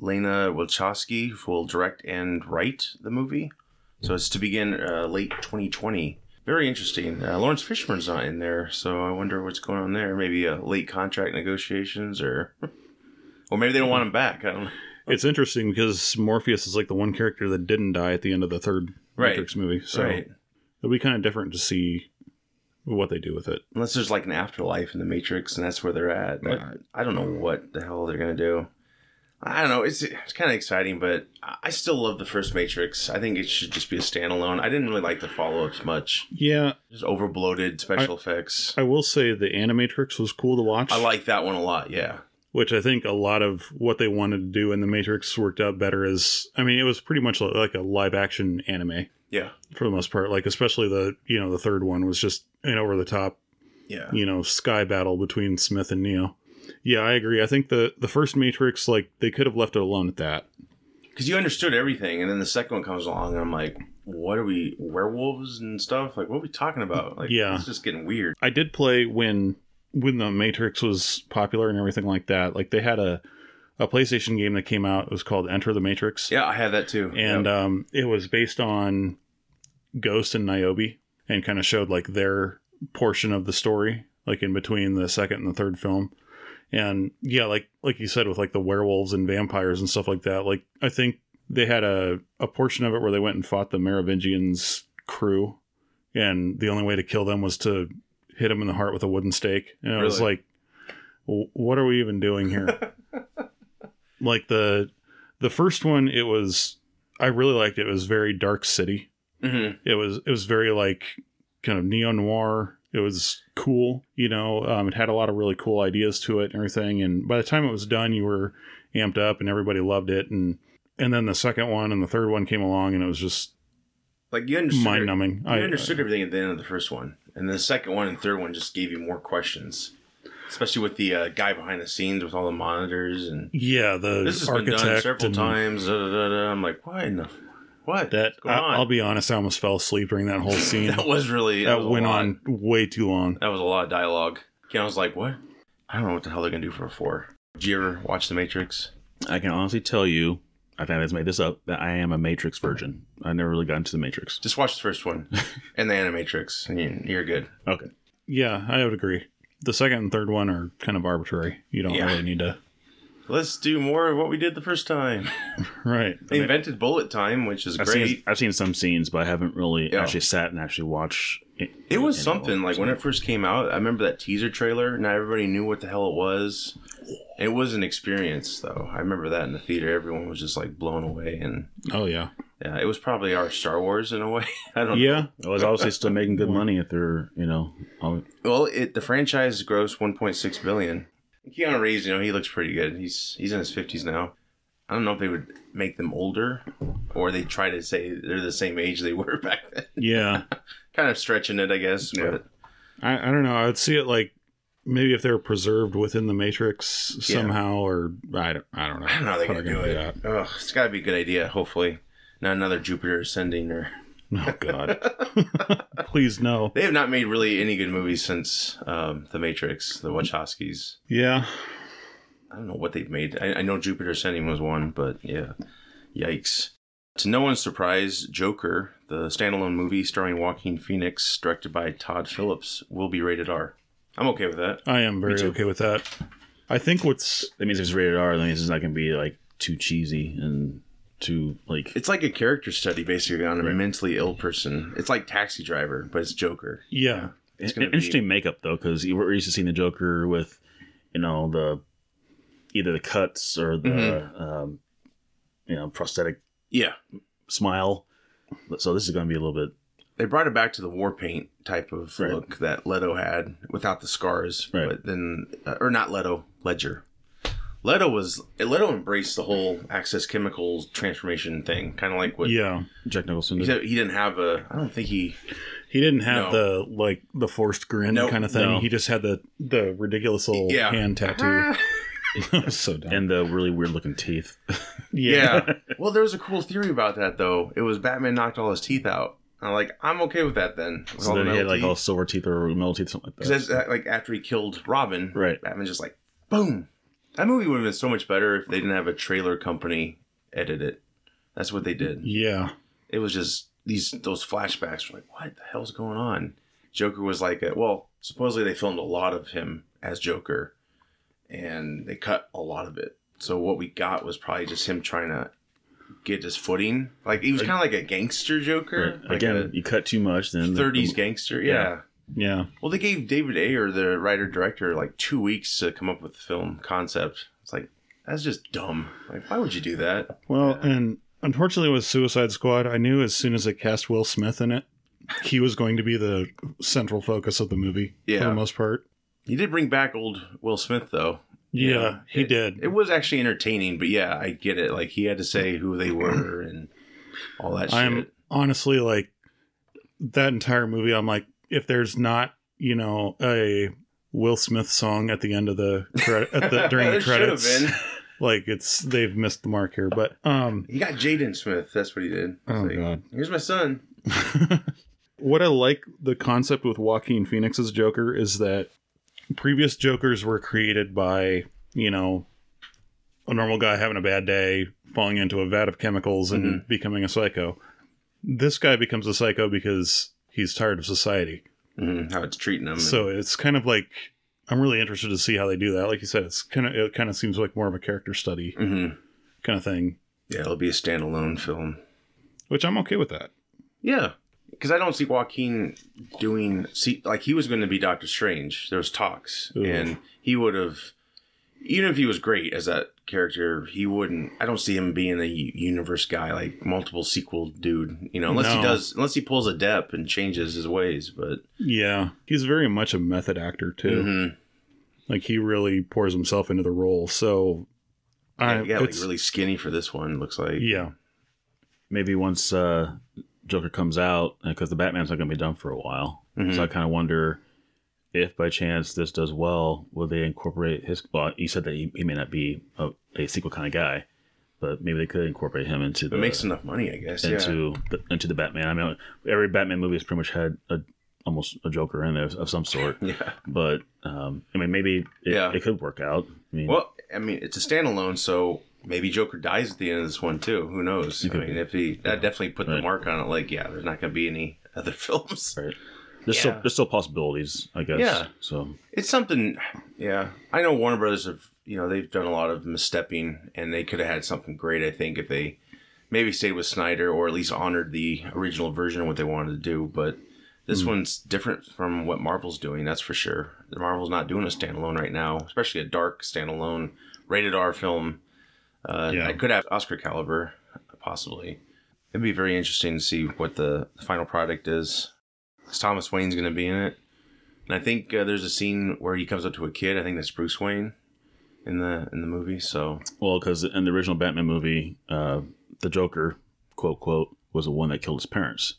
S1: Lena Wachowski will direct and write the movie. So it's to begin uh, late 2020. Very interesting. Uh, Lawrence Fishburne's not in there, so I wonder what's going on there. Maybe uh, late contract negotiations or. Or maybe they don't want him back. I don't know.
S2: It's interesting because Morpheus is like the one character that didn't die at the end of the third
S1: Right.
S2: Matrix movie. So
S1: Right.
S2: it'll be kind of different to see what they do with it.
S1: Unless there's like an afterlife in the Matrix, and that's where they're at. Like, I don't know what the hell they're gonna do. I don't know. It's it's kind of exciting, but I I still love the first Matrix. I think it should just be a standalone. I didn't really like the follow ups much.
S2: Yeah,
S1: Just over bloated special effects.
S2: I will say the Animatrix was cool to watch.
S1: I like that one a lot. Yeah,
S2: which I think a lot of what they wanted to do in the Matrix worked out better. Is I mean, it was pretty much like a live action anime
S1: yeah,
S2: for the most part. Like especially the you know the third one was just an over the top
S1: yeah.
S2: you know sky battle between Smith and Neo. Yeah, I agree. I think the the first Matrix like they could have left it alone at that.
S1: Because you understood everything, and then the second one comes along, and I'm like, what are we werewolves and stuff? Like, what are we talking about? Like,
S2: Yeah.
S1: it's just getting weird.
S2: I did play when when the Matrix was popular and everything like that. Like they had a a PlayStation game that came out. It was called Enter the Matrix.
S1: Yeah, I had that too.
S2: and
S1: yeah.
S2: um, it was based on Ghost and Niobe, and kind of showed like their portion of the story, like in between the second and the third film. And yeah, like like you said, with like the werewolves and vampires and stuff like that. Like I think they had a a portion of it where they went and fought the Merovingians crew, and the only way to kill them was to hit them in the heart with a wooden stake. And it was
S1: Really?
S2: like, w- what are we even doing here? like the the first one, it was I really liked it. It was very dark city.
S1: Mhm.
S2: It was it was very like kind of neo noir. It was cool, you know. Um, it had a lot of really cool ideas to it and everything. And by the time it was done, you were amped up and everybody loved it. And and then the second one and the third one came along and it was just
S1: like you understood
S2: mind numbing.
S1: You understood everything at the end of the first one, and the second one and third one just gave you more questions, especially with the uh, guy behind the scenes with all the monitors and
S2: Yeah, the
S1: this has been
S2: architect
S1: done several
S2: and
S1: times. Da, da, da, da. I'm like, why in the what?
S2: That
S1: What's going on?
S2: I, will be honest, I almost fell asleep during that whole scene.
S1: that was really
S2: that
S1: was a
S2: went
S1: lot.
S2: on way too long.
S1: That was a lot of dialogue. And I was like, what? I don't know what the hell they're gonna do for a four. Did you ever watch The Matrix?
S3: I can honestly tell you, I think I just made this up, that I am a Matrix virgin. I never really got into the Matrix.
S1: Just watch the first one and the Animatrix, and you- you're good.
S3: Okay.
S2: Yeah, I would agree. The second and third one are kind of arbitrary. You don't
S1: Yeah.
S2: really need to.
S1: Let's do more of what we did the first time.
S2: Right.
S1: They invented bullet time, which is
S3: I've
S1: great.
S3: seen, I've seen some scenes, but I haven't really
S1: Yeah.
S3: actually sat and actually watched it.
S1: It was
S3: And-
S1: something like when it first came out. I remember that teaser trailer. Not everybody knew what the hell it was. It was an experience, though. I remember that in the theater. Everyone was just like blown away, and
S2: Oh yeah.
S1: yeah, it was probably our Star Wars in a way. I don't
S2: Yeah.
S3: It was obviously still making good money if they're, you know, all-
S1: know. Well, it the franchise grossed 1.6 billion. Keanu Reeves, you know, he looks pretty good. He's he's in his 50s now. I don't know if they would make them older, or they try to say they're the same age they were back then.
S2: Yeah.
S1: Kind of stretching it, I guess. But
S2: I, I don't know. I would see it like maybe if they're preserved within the Matrix
S1: Yeah.
S2: somehow, or I don't, I don't know.
S1: I don't know how they're
S2: How they're
S1: gonna do
S2: gonna do
S1: it. Ugh, it's gotta be a good idea, hopefully. Not another Jupiter ascending or
S2: Oh God. Please no.
S1: they have not made really any good movies since um, The Matrix, the Wachowskis.
S2: Yeah.
S1: I don't know what they've made. I, I know Jupiter Ascending was one, but yeah. Yikes. To no one's surprise, Joker, the standalone movie starring Joaquin Phoenix, directed by Todd Phillips, will be rated R. I'm okay with that.
S2: I am very
S3: too.
S2: okay with that. I think what's
S3: that means if it's rated R, that means it's not going to be like too cheesy and too like.
S1: It's like a character study basically on a mentally ill person. It's like Taxi Driver, but it's Joker.
S2: yeah.
S3: It's
S1: gonna be-
S3: interesting makeup though, because we're used to seeing the Joker with, you know, the either the cuts or the
S1: Mm-hmm.
S3: um, you know prosthetic
S1: Yeah.
S3: smile. But- So this is going to be a little bit
S1: they brought it back to the war paint type of
S3: Right.
S1: look that Leto had without the scars,
S3: Right.
S1: but then uh, or not Leto, Ledger. Leto was Leto embraced the whole access chemicals transformation thing, kind of like what
S2: yeah,
S3: Jack Nicholson.
S1: he
S3: Did.
S1: said he didn't have a. I don't think he.
S2: he didn't
S1: No.
S2: have the like the forced grin
S1: Nope,
S2: kind of thing.
S3: no.
S2: He just had the the ridiculous little
S1: Yeah.
S2: hand tattoo. so dumb.
S3: And the really weird looking teeth.
S1: Yeah. well, there was a cool theory about that though. It was Batman knocked all his teeth out. And I'm like, I'm okay with that then. With
S3: So
S1: all the
S3: then he had
S1: metal
S3: like
S1: teeth.
S3: all silver teeth or metal teeth, something like
S1: Because
S3: that.
S1: that's uh, like after he killed Robin,
S3: Right.
S1: Batman just like boom. That movie would have been so much better if they didn't have a trailer company edit it. That's what they did.
S2: yeah,
S1: It was just these those flashbacks were like, what the hell's going on? Joker was like, a, well, supposedly they filmed a lot of him as Joker, and they cut a lot of it. So what we got was probably just him trying to get his footing. Like he was kind of like a gangster Joker,
S3: Right.
S1: like
S3: Again,
S1: a
S3: you cut too much, then the-
S1: 30s
S3: the-
S1: gangster.
S3: Yeah.
S1: yeah.
S2: yeah.
S1: Well, they gave David Ayer, the writer director, like two weeks to come up with the film concept. It's like that's just dumb. Like, why would you do that?
S2: Well, and unfortunately with Suicide Squad, I knew as soon as they cast Will Smith in it, he was going to be the central focus of the movie for
S1: Yeah.
S2: the most part.
S1: He did bring back old Will Smith though.
S2: Yeah, he
S1: It-
S2: did.
S1: It was actually entertaining, but yeah, I get it. Like he had to say who they were and all that
S2: I'm
S1: shit.
S2: honestly like that entire movie. I'm like, if there's not you know a Will Smith song at the end of the credit at the during the
S1: There should have
S2: credits,
S1: been.
S2: like it's they've missed the mark here. But um, oh
S1: He got Jaden Smith. That's what he did. It's like, Here's my son.
S2: what I like the concept with Joaquin Phoenix's Joker is that previous Jokers were created by, you know, a normal guy having a bad day, falling into a vat of chemicals and becoming a psycho. This guy becomes a psycho because he's tired of society.
S1: Mhm, How it's treating him.
S2: So it's kind of like I'm really interested to see how they do that. Like you said, it's kind of it kind of seems like more of a character study
S1: hmm
S2: kind of thing,
S1: yeah, it'll be a standalone film.
S2: which I'm okay with that.
S1: Yeah, because I don't see Joaquin doing see like he was going to be Doctor Strange. There was talks,
S2: Ooh.
S1: and he would have, even if he was great as that character, he wouldn't. I don't see him being a u- universe guy like multiple sequel dude. You know, unless he
S2: No.
S1: does, unless he pulls a dep and changes his ways. But
S2: Yeah, he's very much a method actor too.
S1: Mhm.
S2: Like he really pours himself into the role. So I
S1: yeah, he got like
S2: it's-
S1: really skinny for this one. Looks like
S2: yeah.
S3: Maybe once uh, Joker comes out, because the Batman's not going to be done for a while.
S1: Mhm.
S3: So I kind of wonder if by chance this does well, will they incorporate his. Well, you said that he, he may not be a, a sequel kind of guy, but maybe they could incorporate him into
S1: If
S3: the.
S1: it makes enough money, I guess. yeah.
S3: into the, into the Batman. I mean, every Batman movie has pretty much had a almost a Joker in there of some sort.
S1: Yeah.
S3: But um, I mean, maybe it,
S1: Yeah.
S3: it could work out. I mean,
S1: Well, I mean, it's a standalone, so maybe Joker dies at the end of this one too. Who knows? I
S3: could
S1: mean,
S3: be.
S1: if he that definitely put the
S3: Right.
S1: mark on it. Like, yeah, there's not going to be any other films.
S3: right. There's
S1: yeah.
S3: still there's still possibilities, I guess.
S1: Yeah.
S3: So
S1: It's something. Yeah, I know Warner Brothers have. You know, they've done a lot of misstepping, and they could have had something great. I think if they maybe stayed with Snyder or at least honored the original version of what they wanted to do, but. This one's different from what Marvel's doing, that's for sure. Marvel's not doing a standalone right now, especially a dark standalone rated R film. Uh,
S2: Yeah.
S1: I could have Oscar caliber, possibly. It'd be very interesting to see what the final product is. 'Cause Thomas Wayne's going to be in it, and I think uh, there's a scene where he comes up to a kid. I think that's Bruce Wayne in the in the movie. So
S3: well, because in the original Batman movie, uh, the Joker, quote quote, was the one that killed his parents.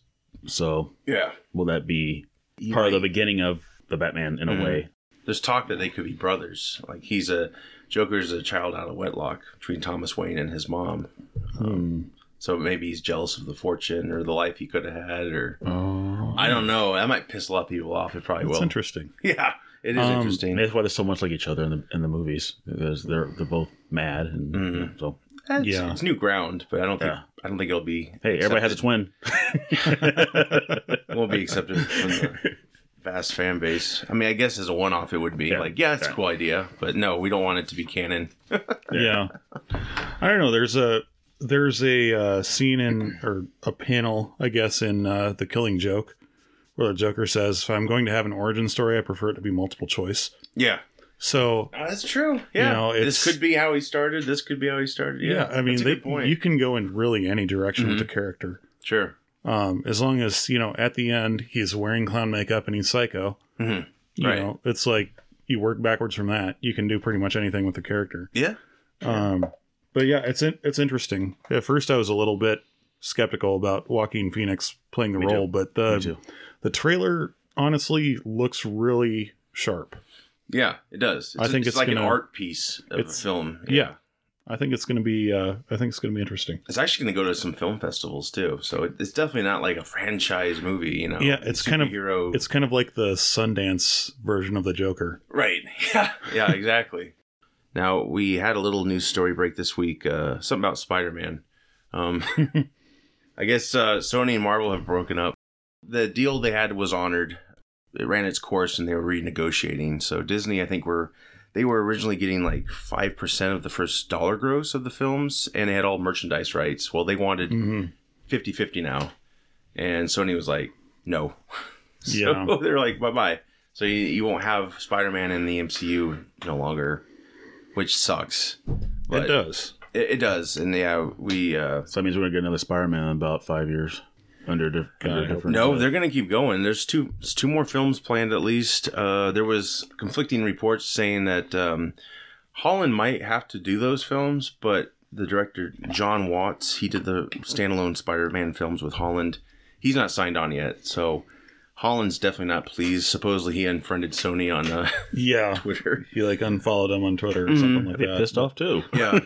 S3: So
S1: yeah,
S3: will that be part of the beginning of the Batman in
S1: Mhm.
S2: Mm-hmm.
S3: a way?
S1: there's talk that they could be brothers. Like he's a Joker's a child out of wedlock between Thomas Wayne and his mom. Um,
S3: Hmm.
S1: So maybe he's jealous of the fortune or the life he could have had, or
S2: Oh,
S1: I don't know. That might piss a lot of people off. It probably
S2: it's
S1: will.
S2: interesting.
S1: Yeah, it is
S2: Um,
S3: And
S1: interesting.
S3: that's why they're so much like each other in the in the movies because they're they're both mad and
S1: Mhm.
S3: so
S1: It's,
S2: Mm-hmm. yeah.
S1: it's new ground, but I don't think
S3: Yeah.
S1: I don't think it'll be.
S3: hey, everybody has a twin.
S1: it won't be accepted from the vast fan base. I mean, I guess as a one-off, it would be
S3: Yeah.
S1: like, yeah, it's a cool idea, but no, we don't want it to be canon.
S2: yeah. I don't know. There's a there's a uh, scene in or a panel, I guess, in uh, the Killing Joke, where the Joker says, "If I'm going to have an origin story, I prefer it to be multiple choice."
S1: Yeah,
S2: So
S1: Uh, that's true. Yeah,
S2: know,
S1: this
S2: it's-
S1: could be how he started. This could be how he started.
S2: yeah,
S1: Yeah,
S2: I mean,
S1: that's a
S2: they,
S1: good point.
S2: you can go in really any direction
S1: Mhm.
S2: with the character.
S1: sure.
S2: um, as long as you know at the end he's wearing clown makeup and he's psycho
S1: Mhm.
S2: you
S3: Mm-hmm.
S1: Right.
S2: know it's like you work backwards from that you can do pretty much anything with the character
S1: Yeah,
S2: Um, but yeah, it's in, it's interesting. At first, I was a little bit skeptical about Joaquin Phoenix playing the
S3: Me too.
S2: role, but
S3: Me
S2: the
S3: too.
S2: the trailer honestly looks really sharp.
S1: Yeah, it does. It's
S2: I think
S1: it's,
S2: it's
S1: like an
S2: gonna-
S1: art piece of
S2: it's-
S1: a film.
S2: Yeah. I think it's going to be. Uh, I think it's going to be interesting.
S1: It's actually going to go to some film festivals too, so it, it's definitely not like a franchise movie, you know.
S2: Yeah, it's kind of-
S1: hero.
S2: It's kind of like the Sundance version of the Joker.
S1: Right. Yeah. Yeah, exactly. now, we had a little news story break this week, uh, something about Spider Man. Um, I guess uh, Sony and Marvel have broken up. The deal they had was honored. It ran its course and they were renegotiating. So, Disney, I think, were. They were originally getting like 5% of the first dollar gross of the films, and they had all merchandise rights. Well, they wanted
S2: Mm-hmm.
S1: 50 50 now. And Sony was like, no. so
S2: Yeah.
S1: they're like, bye bye. So you, you won't have Spider Man in the MCU no longer, which sucks. But
S2: It does.
S1: It, it does. And yeah, we. Uh,
S3: So that means we're gonna get another Spider-Man in about five years under, diff- under
S2: I hope
S3: different.
S1: no, they're gonna keep going. There's two there's two more films planned at least. Uh, there was conflicting reports saying that um, Holland might have to do those films, but the director John Watts, he did the standalone Spider-Man films with Holland. He's not signed on yet, so Holland's definitely not pleased. Supposedly he unfriended Sony on uh,
S2: Yeah.
S1: Twitter.
S2: He like unfollowed him on Twitter or
S1: Mhm.
S2: something like
S3: I'd be
S2: that.
S3: Mm-hmm. pissed off too.
S1: yeah.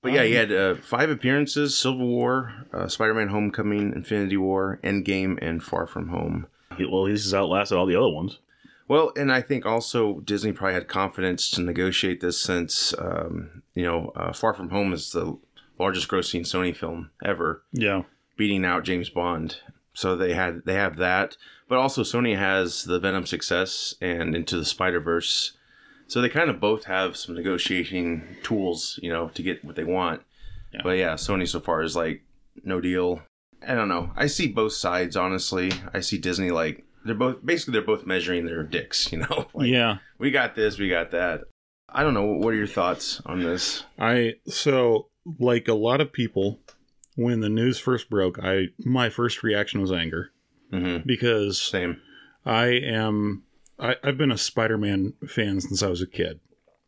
S1: But yeah, he had uh, five appearances: Civil War, uh, Spider-Man: Homecoming, Infinity War, Endgame, and Far From Home.
S3: He- well, he's outlasted all the other ones.
S1: Well, and I think also Disney probably had confidence to negotiate this since um, you know uh, Far From Home is the largest grossing Sony film ever,
S2: Yeah.
S1: beating out James Bond. So they had they have that, but also Sony has the Venom success and Into the Spider Verse. So they kind of both have some negotiating tools, you know, to get what they want.
S3: Yeah.
S1: But yeah, Sony so far is like no deal. I don't know. I see both sides honestly. I see Disney like they're both basically they're both measuring their dicks, you know. Like,
S2: yeah.
S1: we got this, we got that. I don't know. What are your thoughts on this?
S2: I so like a lot of people when the news first broke, I my first reaction was anger
S1: Mm-hmm.
S2: because
S1: Same.
S2: I am I, I've been a Spider-Man fan since I was a kid.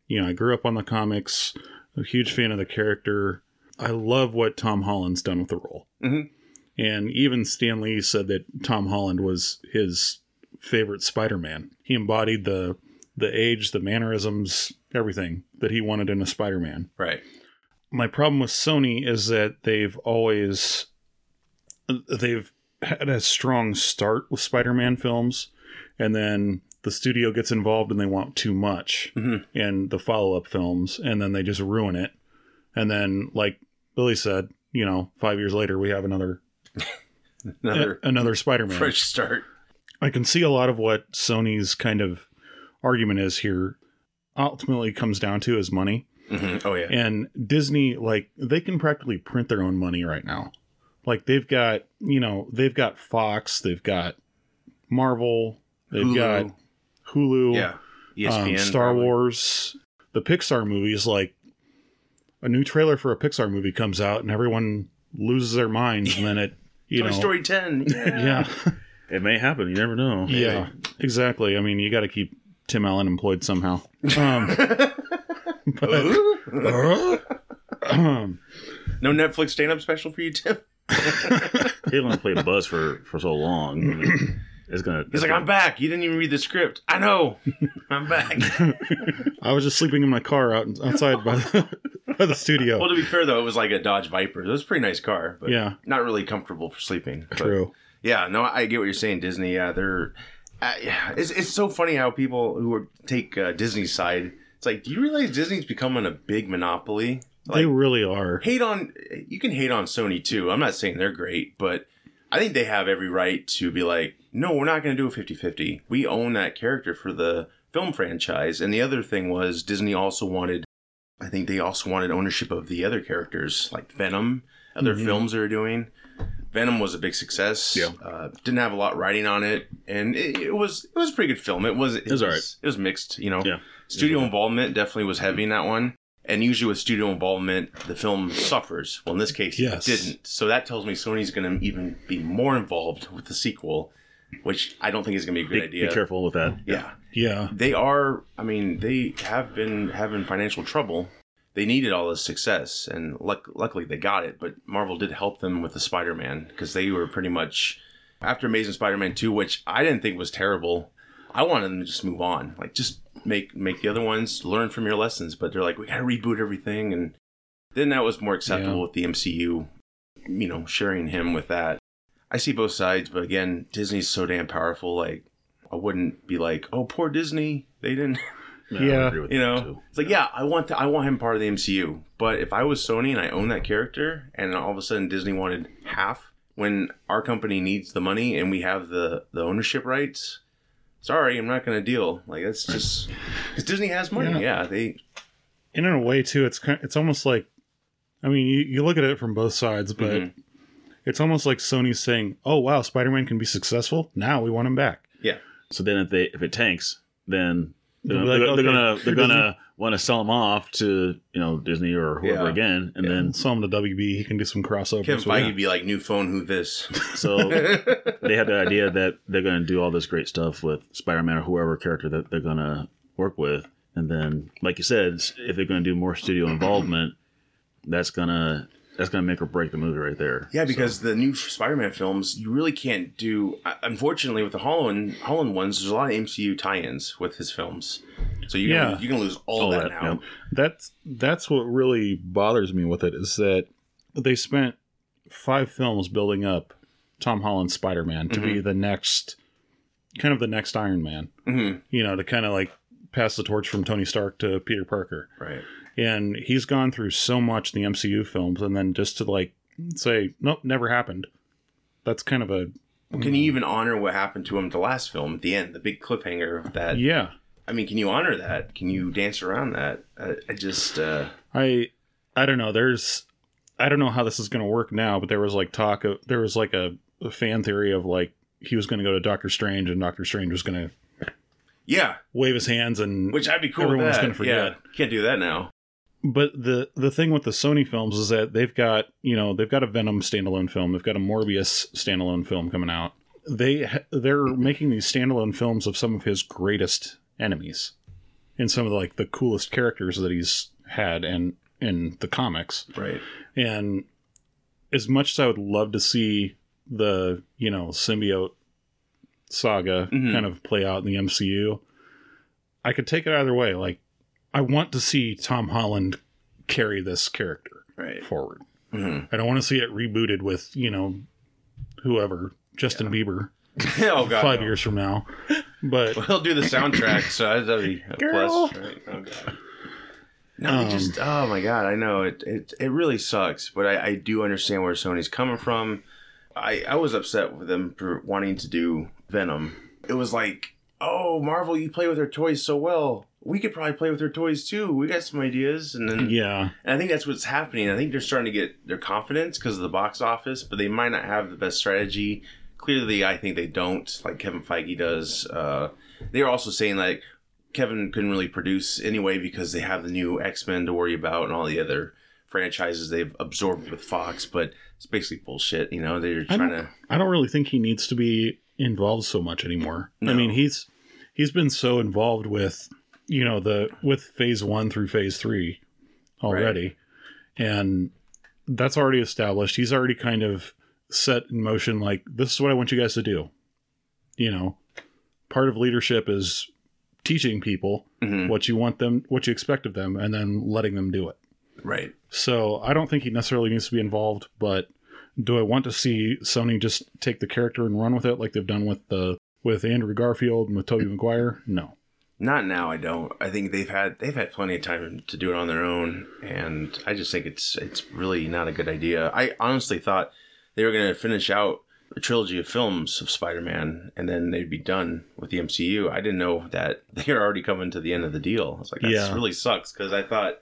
S2: You know, I grew up on the comics, a huge fan of the character. I love what Tom Holland's done with the role.
S1: Mhm.
S2: And even Stan Lee said that Tom Holland was his favorite Spider-Man. He embodied the the age, the mannerisms, everything that he wanted in a Spider-Man
S1: Right.
S2: my problem with Sony is that they've always they've had a strong start with Spider-Man films and then the studio gets involved and they want too much
S1: Mhm.
S2: in the follow-up films and then they just ruin it and then like Billy said, you know, 5 years later we have another eh,
S1: Another
S2: another Spider-Man.
S1: fresh start.
S2: I can see a lot of what Sony's kind of argument is here ultimately comes down to is money.
S1: Mhm. Oh yeah.
S2: And Disney, like, they can practically print their own money right now. Like, they've got, you know, they've got Fox, they've got Marvel, they've
S1: Hulu.
S2: got Hulu,
S1: yeah. E
S2: um,
S1: ESPN,
S2: Star
S1: probably.
S2: Wars, the Pixar movies. Like, a new trailer for a Pixar movie comes out and everyone loses their minds, and then it, you
S1: Toy
S2: know.
S1: Story Oh, Ten.
S2: Yeah,
S3: It may happen. You never know.
S2: yeah, exactly. I mean, you got to keep Tim Allen employed somehow. Um, but, um,
S1: no Netflix stand-up special for you, Tim.
S3: He's gonna play Buzz for for so long. It's gonna.
S1: He's like, I'm back. You didn't even read the script. I know. I'm back.
S2: I was just sleeping in my car out outside by the, by the studio.
S1: well, to be fair though, it was like a Dodge Viper. It was a pretty nice car, but
S2: yeah,
S1: not really comfortable for sleeping. But-
S2: true.
S1: Yeah, no, I get what you're saying. Disney, yeah, they're. Uh, yeah, it's, it's so funny how people who are, take uh, Disney's side. It's like, do you realize Disney's becoming a big monopoly?
S2: they
S1: Like,
S2: really are.
S1: hate on you can hate on Sony too. I'm not saying they're great, but I think they have every right to be like, no, we're not going to do a 50-50. We own that character for the film franchise. And the other thing was Disney also wanted I think they also wanted ownership of the other characters like Venom, other
S2: Mhm.
S1: films they're doing. Venom was a big success.
S3: Yeah.
S1: Uh, didn't have a lot writing on it, and it, it was it was a pretty good film. It was it,
S3: was all right.
S1: It was mixed, you know.
S3: Yeah.
S1: Studio involvement definitely was heavy in that one. And usually with studio involvement, the film suffers. Well, in this case,
S2: Yes.
S1: it didn't. So that tells me Sony's going to even be more involved with the sequel, which I don't think is going to be a
S3: Be,
S1: good idea.
S3: be careful with that.
S1: Yeah.
S2: Yeah,
S1: They are, I mean, they have been having financial trouble. they needed all this success, and luck- luckily they got it. But Marvel did help them with the Spider Man because they were pretty much after Amazing Spider Man two, which I didn't think was terrible. I wanted them to just move on, like just make make the other ones learn from your lessons. But they're like, we got to reboot everything, and then that was more acceptable
S2: Yeah.
S1: with the MCU. You know, sharing him with that. I see both sides, but again, Disney's so damn powerful. Like, I wouldn't be like, oh, poor Disney, they didn't
S3: No,
S4: Yeah.
S3: with
S1: you
S3: that,
S1: know,
S3: too.
S1: it's like yeah, I want the, I want him part of the MCU. But if I was Sony and I own that character, and all of a sudden Disney wanted half when our company needs the money and we have the the ownership rights, sorry, I'm not going to deal. Like that's just because Disney has money. Yeah, they
S2: And in a way too, it's kind it's almost like, I mean, you, you look at it from both sides, but
S3: Mm-hmm.
S1: Mhm.
S2: it's almost like Sony's saying, "Oh wow, Spider Man can be successful. Now we want him back."
S3: So then if they if it tanks, then they're,
S2: They'll be
S3: gonna-
S2: like,
S3: they're
S2: "Okay,
S3: gonna they're
S2: Disney."
S3: gonna want to sell them off to you know Disney or whoever
S1: Yeah.
S3: again, and
S1: Yeah.
S3: then
S2: Sell him to WB. He can do some crossovers.
S1: Kevin
S2: with
S1: Feige
S2: it.
S1: be like new phone, who this?
S3: so they had the idea that they're gonna do all this great stuff with Spider Man or whoever character that they're gonna work with, and then like you said, s- if they're gonna do more studio involvement, that's gonna that's gonna make or break the movie right there.
S1: Yeah, because the new Spider-Man films, you really can't do. uh, Unfortunately, with the Holland Holland ones, there's a lot of MCU tie-ins with his films, so you
S2: Yeah.
S1: you can lose all,
S3: All
S1: that,
S3: that,
S1: now.
S3: yep.
S2: that's that's what really bothers me with it is that they spent five films building up Tom Holland's Spider Man to be the next kind of the next Iron Man,
S1: Mhm.
S2: you know, to kind of like pass the torch from Tony Stark to Peter Parker.
S1: Right.
S2: And he's gone through so much in the MCU films, and then just to like say, nope, never happened. That's kind of a
S1: Can
S2: Hmm.
S1: you even honor what happened to him at the last film at the end, the big cliffhanger of that?
S2: yeah.
S1: I mean, can you honor that? Can you dance around that? I, I just uh,
S2: I I don't know. There's I don't know how this is going to work now, but there was like talk of there was like a, a fan theory of like he was going to go to Doctor Strange and Doctor Strange was going to
S1: yeah,
S2: wave his hands and
S1: which I'd be cool.
S2: Everyone's
S1: with that.
S2: gonna forget.
S1: Yeah, can't do that now.
S2: but the the thing with the Sony films is that they've got, you know, they've got a Venom standalone film, they've got a Morbius standalone film coming out. They ha- they're making these standalone films of some of his greatest enemies and some of the, like the coolest characters that he's had and in the comics.
S1: Right.
S2: And as much as I would love to see the, you know, symbiote saga
S1: Mhm.
S2: kind of play out in the MCU, I could take it either way. Like, I want to see Tom Holland carry this character
S1: Right.
S2: forward.
S1: Mhm.
S2: I don't want to see it rebooted with, you know, whoever, Justin Bieber,
S1: oh
S2: five
S1: god. no.
S2: years from now. But
S1: Well, he'll do the soundtrack, so that'd be a plus. Right? Oh, God. No, they
S2: Um,
S1: just oh my god, I know it. It it really sucks, but I, I do understand where Sony's coming from. I I was upset with them for wanting to do Venom. It was like, oh Marvel, you play with their toys so well. We could probably play with their toys too. We got some ideas, and then
S2: yeah,
S1: and I think that's what's happening. I think they're starting to get their confidence because of the box office, but they might not have the best strategy. Clearly, I think they don't, like Kevin Feige does. Uh, they're also saying, like, Kevin couldn't really produce anyway because they have the new X Men to worry about and all the other franchises they've absorbed with Fox, but it's basically bullshit. You know, they're
S2: I
S1: trying
S2: don't-
S1: to.
S2: I don't really think he needs to be involved so much anymore. I
S1: No.
S2: mean, he's he's been so involved with you know the with phase one through phase three already, and that's already established. He's already kind of set in motion like this is what I want you guys to do. You know, part of leadership is teaching people
S1: Mhm.
S2: what you want them, what you expect of them, and then letting them do it.
S1: Right.
S2: So I don't think he necessarily needs to be involved, but do I want to see Sony just take the character and run with it like they've done with the with Andrew Garfield and with Tobey Maguire? No.
S1: Not now. I don't. I think they've had they've had plenty of time to do it on their own, and I just think it's it's really not a good idea. I honestly thought they were going to finish out a trilogy of films of Spider-Man, and then they'd be done with the MCU. I didn't know that they were already coming to the end of the deal. I was like, that
S2: Yeah.
S1: really sucks because I thought,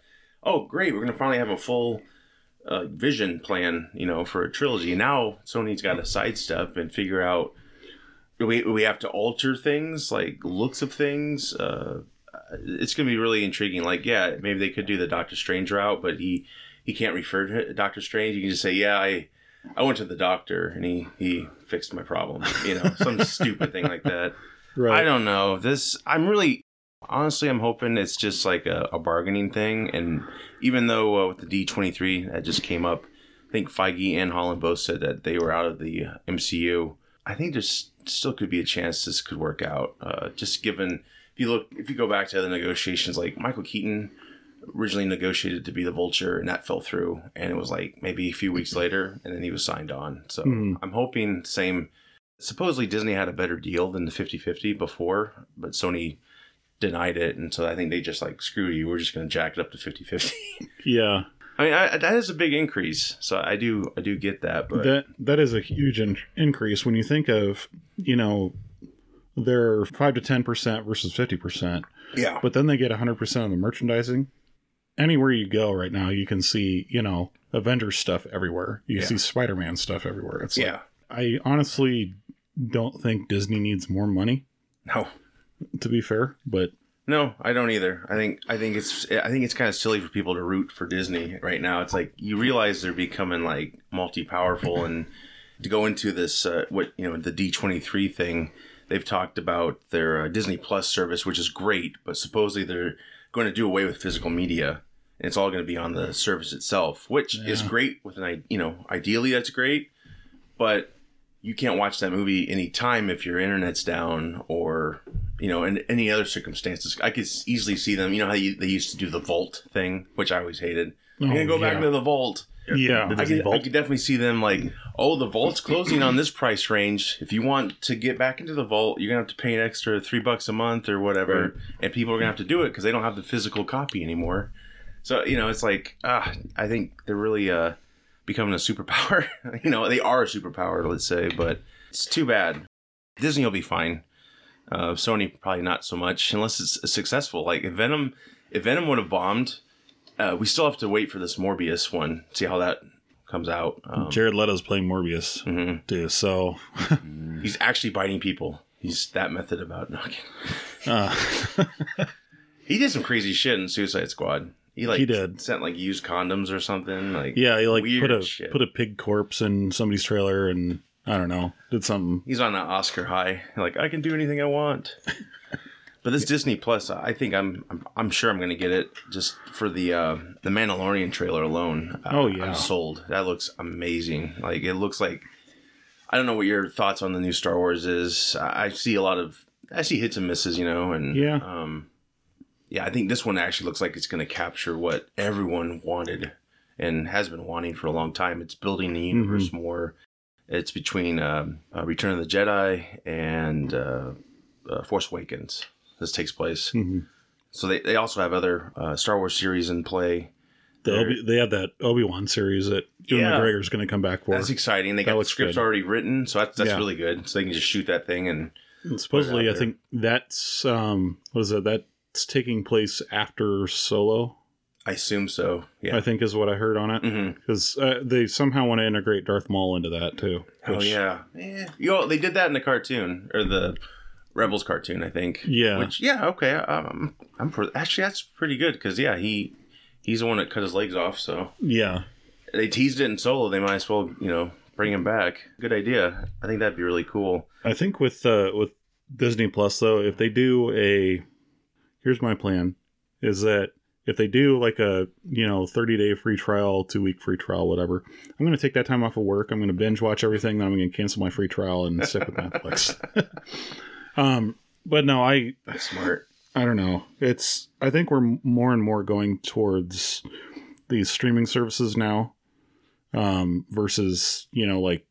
S1: oh great, we're going to finally have a full uh, vision plan, you know, for a trilogy. Now Sony's got to sidestep and figure out we we have to alter things like looks of things. Uh, it's gonna be really intriguing. Like, yeah, maybe they could do the Doctor Strange route, but he he can't refer to Doctor Strange. You can just say, yeah, I I went to the doctor and he he fixed my problem. You know, some stupid thing like that. I don't know. This I'm really Honestly, I'm hoping it's just like a, a bargaining thing. And even though uh, with the D23 that just came up, I think Feige and Holland both said that they were out of the MCU. I think there's still could be a chance this could work out. Uh, just given if you look, if you go back to the negotiations, like Michael Keaton originally negotiated to be the Vulture, and that fell through, and it was like maybe a few weeks later, and then he was signed on. So
S2: Hmm.
S1: I'm hoping same. Supposedly Disney had a better deal than the 50-50 before, but Sony denied it, and so I think they just like screw you. We're just going to jack it up to 50-50.
S2: Yeah,
S1: I mean, I, that is a big increase, so I do I do get that, but
S2: that that is a huge in- increase when you think of you know they're five to ten percent versus fifty percent,
S1: yeah,
S2: but then they get hundred percent of the merchandising. Anywhere you go right now, you can see you know Avengers stuff everywhere. You can
S1: Yeah.
S2: see Spider Man stuff everywhere. It's like,
S1: yeah,
S2: I honestly don't think Disney needs more money.
S1: no.
S2: To be fair, but
S1: No, I don't either. I think I think it's I think it's kind of silly for people to root for Disney right now. It's like you realize they're becoming like multi-powerful and to go into this uh, what you know the D23 thing. They've talked about their uh, Disney Plus service, which is great, but supposedly they're going to do away with physical media. And it's all going to be on the service itself, which is
S2: Yeah.
S1: great with an i- you know ideally that's great, but you can't watch that movie anytime if your internet's down or you know in any other circumstances i could s- easily see them you know how you, they used to do the vault thing which i always hated i'm gonna
S2: Oh,
S1: go
S2: yeah.
S1: back to the vault
S2: yeah,
S1: I could, I could definitely see them like oh the vault's closing on this price range if you want to get back into the vault you're gonna have to pay an extra three bucks a month or whatever and people are gonna have to do it because they don't have the physical copy anymore so you know it's like ah, i think they're really uh becoming a superpower you know they are a superpower let's say but it's too bad disney will be fine uh, Sony probably not so much unless it's successful. Like if Venom, if Venom would have bombed, uh, we still have to wait for this Morbius one. See how that comes out. Um,
S2: Jared Leto's playing Morbius
S1: mhm.
S2: too, so
S1: He's actually biting people. He's that method about knocking.
S2: uh,
S1: He did some crazy shit in Suicide Squad. He like
S2: He did.
S1: sent like used condoms or something. Like
S2: yeah, he like put
S1: Weird
S2: a
S1: shit.
S2: put a pig corpse in somebody's trailer, and I don't know, did something.
S1: he's on an Oscar high. Like I can do anything I want. But this Disney Plus, I think I'm, I'm I'm sure I'm gonna get it just for the uh, the Mandalorian trailer alone. I-
S2: Oh, yeah.
S1: I'm sold. That looks amazing. Like it looks like I don't know what your thoughts on the new Star Wars is. I, I see a lot of I see hits and misses, you know, and
S2: Yeah.
S1: um, yeah. I think this one actually looks like it's gonna capture what everyone wanted and has been wanting for a long time. It's building the universe
S2: Mm-hmm.
S1: more. It's between um, uh, Return of the Jedi and uh, uh, Force Awakens. This takes place.
S2: Mhm.
S1: So they, they also have other uh, Star Wars series in play.
S2: The
S1: There-
S2: Obi- they had that Obi Wan series that Ewan
S1: Yeah.
S2: McGregor's going to come back for.
S1: That's exciting. They
S2: That
S1: got the
S2: looks
S1: scripts
S2: good.
S1: already written, so that's, that's
S2: Yeah.
S1: really good. So they can just shoot that thing and
S2: And supposedly,
S1: out there.
S2: I think that's um, what is it? That's taking place after Solo.
S1: I assume so.
S2: I
S1: Yeah.
S2: think is what I heard on it
S1: hmm
S2: because uh, they somehow want to integrate Darth Maul into that too.
S1: Oh
S2: which-
S1: yeah. Eh. You know, they did that in the cartoon or the Rebels cartoon, I think.
S2: yeah,
S1: Which yeah, okay. Um, I'm for, actually that's pretty good because yeah, he he's the one that cut his legs off. So
S2: yeah.
S1: they teased it in Solo. They might as well you know bring him back. Good idea. I think that'd be really cool.
S2: I think with uh, with Disney Plus though, if they do a, here's my plan, is that if they do like a you know 30 day free trial, two week free trial, whatever, I'm gonna take that time off of work. I'm gonna binge watch everything, then I'm gonna cancel my free trial and stick with Netflix. um, but no, I
S1: That's smart.
S2: I don't know. It's I think we're more and more going towards these streaming services now um versus, you know, like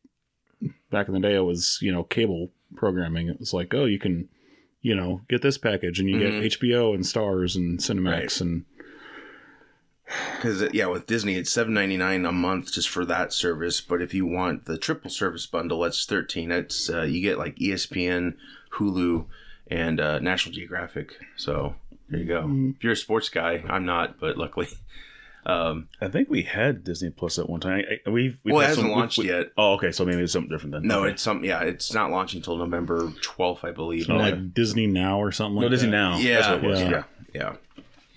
S2: back in the day it was, you know, cable programming. It was like, oh, you can, you know, get this package and you
S1: Mhm.
S2: get HBO and Stars and Cinemax and
S1: Because yeah, with Disney it's seven ninety nine a month just for that service. But if you want the triple service bundle, that's thirteen. That's uh, you get like ESPN, Hulu, and uh, National Geographic. So there you go. If you're a sports guy, I'm not, but luckily, um,
S3: I think we had Disney Plus at one time. I, I, we've, we've
S1: well, it
S3: had
S1: hasn't
S3: some-
S1: launched
S3: we- we-
S1: yet.
S3: Oh, okay. So maybe it's something different then.
S1: No,
S3: Okay.
S1: it's some. Yeah, it's not launching until November twelfth, I believe.
S2: and like Disney Now or something like
S3: no Disney
S2: that.
S3: Now.
S1: Yeah.
S3: That's what it was.
S2: Yeah.
S3: Yeah.
S1: Yeah,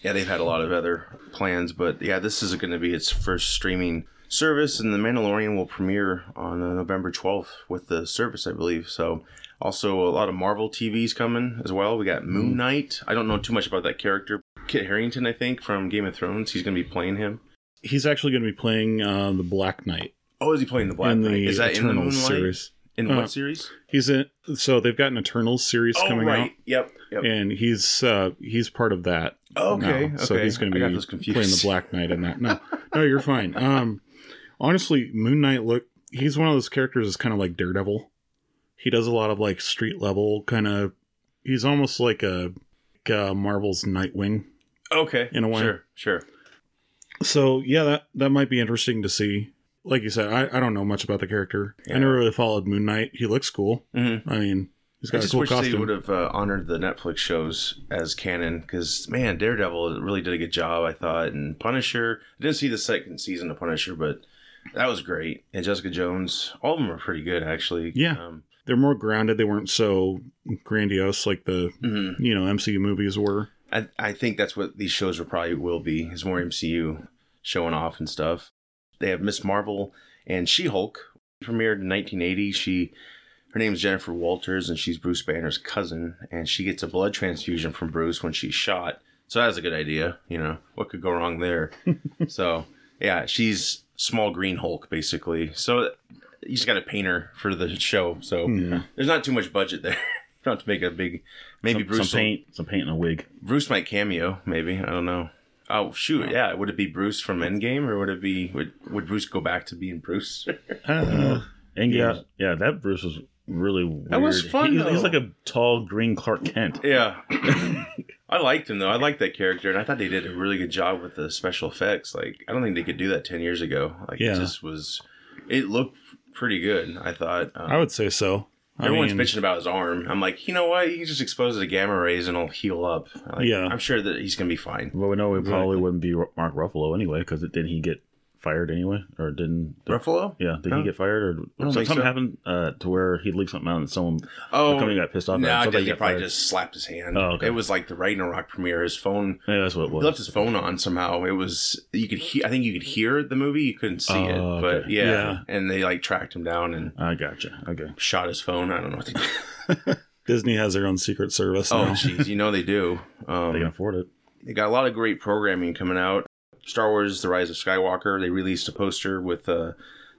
S1: yeah, they've had a lot of other plans, but yeah, this is going to be its first streaming service, and The Mandalorian will premiere on uh, November twelfth with the service, I believe. So Also, a lot of Marvel TVs coming as well. We
S2: Mm-hmm.
S1: got Moon Knight. I don't know too much about that character. Kit Harrington, I think, from Game of Thrones. He's going to be playing him.
S2: He's actually going to be playing uh, the Black Knight
S1: Oh, is he playing the Black
S2: in
S1: Knight?
S2: the
S1: Is that in the
S2: Eternals
S1: Moonlight?
S2: series.
S1: In
S2: Uh-huh.
S1: what series?
S2: He's in. So they've got an Eternals series coming out,
S1: Yep. Oh, Yep.
S2: and he's uh, he's part of that.
S1: okay.
S2: now.
S1: okay.
S2: So he's going to
S1: I
S2: be
S1: got those confused.
S2: playing the Black Knight in that. No, no, you're fine. Um, honestly, Moon Knight look. He's one of those characters that's kind of like Daredevil. He does a lot of like street level kind of. He's almost like a, like uh Marvel's Nightwing.
S1: Okay.
S2: in a way.
S1: Sure. Sure.
S2: So yeah, that that might be interesting to see. Like you said, I, I don't know much about the character. I
S1: Yeah.
S2: never really followed Moon Knight. He looks cool.
S1: hmm
S2: I mean, he's
S1: I
S2: got a
S1: just
S2: cool
S1: wish they would
S2: costume.
S1: have uh, honored the Netflix shows as canon because man, Daredevil really did a good job, I thought, and Punisher. I didn't see the second season of Punisher, but that was great. And Jessica Jones, all of them are pretty good actually.
S2: Yeah.
S1: Um,
S2: They're more grounded. They weren't so grandiose like the
S1: mhm.
S2: you know MCU movies were.
S1: I I think that's what these shows will probably will be is more MCU showing off and stuff. They have Miss Marvel and She Hulk premiered in 1980. She her name's Jennifer Walters and she's Bruce Banner's cousin and she gets a blood transfusion from Bruce when she's shot. So that was a good idea, you know. What could go wrong there? so yeah, she's small green Hulk basically. So you just got to paint her for the show. So
S2: Yeah.
S1: there's not too much budget there. Not to make a big, maybe
S3: some,
S1: Bruce
S3: some
S1: will-
S3: paint, some paint and a wig.
S1: Bruce might cameo, maybe. I don't know. Oh shoot, yeah. Would it be Bruce from Endgame, or would it be would, would Bruce go back to being Bruce?
S2: Uh,
S3: And yeah,
S2: Yeah.
S3: yeah, that Bruce was really weird.
S1: That was fun,
S3: He- he's- he's
S1: though.
S3: like a tall green Clark Kent.
S1: yeah, I liked him though. I liked that character, and I thought they did a really good job with the special effects. Like I don't think they could do that ten years ago. Like
S2: Yeah.
S1: it just was. It looked pretty good. I thought. Um,
S2: I would say so. I
S1: Everyone's
S2: mean,
S1: bitching about his arm. I'm like, you know what? You can just expose it to gamma rays and it'll heal up. Like,
S2: Yeah.
S1: I'm sure that he's gonna be fine.
S3: Well, we know it probably
S2: Exactly.
S3: wouldn't be Ru- Mark Ruffalo anyway, because didn't he get fired anyway, or didn't?
S1: Ruffalo?
S3: yeah, did
S1: Huh?
S3: he get fired,
S1: I
S3: or
S1: don't
S3: so
S1: think
S3: something
S1: so.
S3: happened uh, to where he leaked something out and someone
S1: Oh,
S3: the company got pissed off?
S1: No,
S3: at him.
S1: I
S3: Somebody
S1: think he
S3: Uh, got
S1: probably
S3: fired.
S1: just slapped his hand.
S3: Oh, okay.
S1: It was like the Ragnarok premiere. His phone,
S3: Yeah, that's what it
S1: he left
S3: was.
S1: his phone on somehow. It was you could hear. I think you could hear the movie. You couldn't see it,
S3: Oh,
S1: but
S3: okay.
S1: yeah,
S2: Yeah.
S1: And they like tracked him down and
S3: I gotcha. Okay.
S1: shot his phone. I don't know what they did.
S2: Disney has their own Secret Service.
S1: oh,
S2: now.
S1: jeez, you know they do.
S3: They
S1: Um,
S3: can afford it.
S1: they got a lot of great programming coming out. Star Wars: The Rise of Skywalker. They released a poster with uh,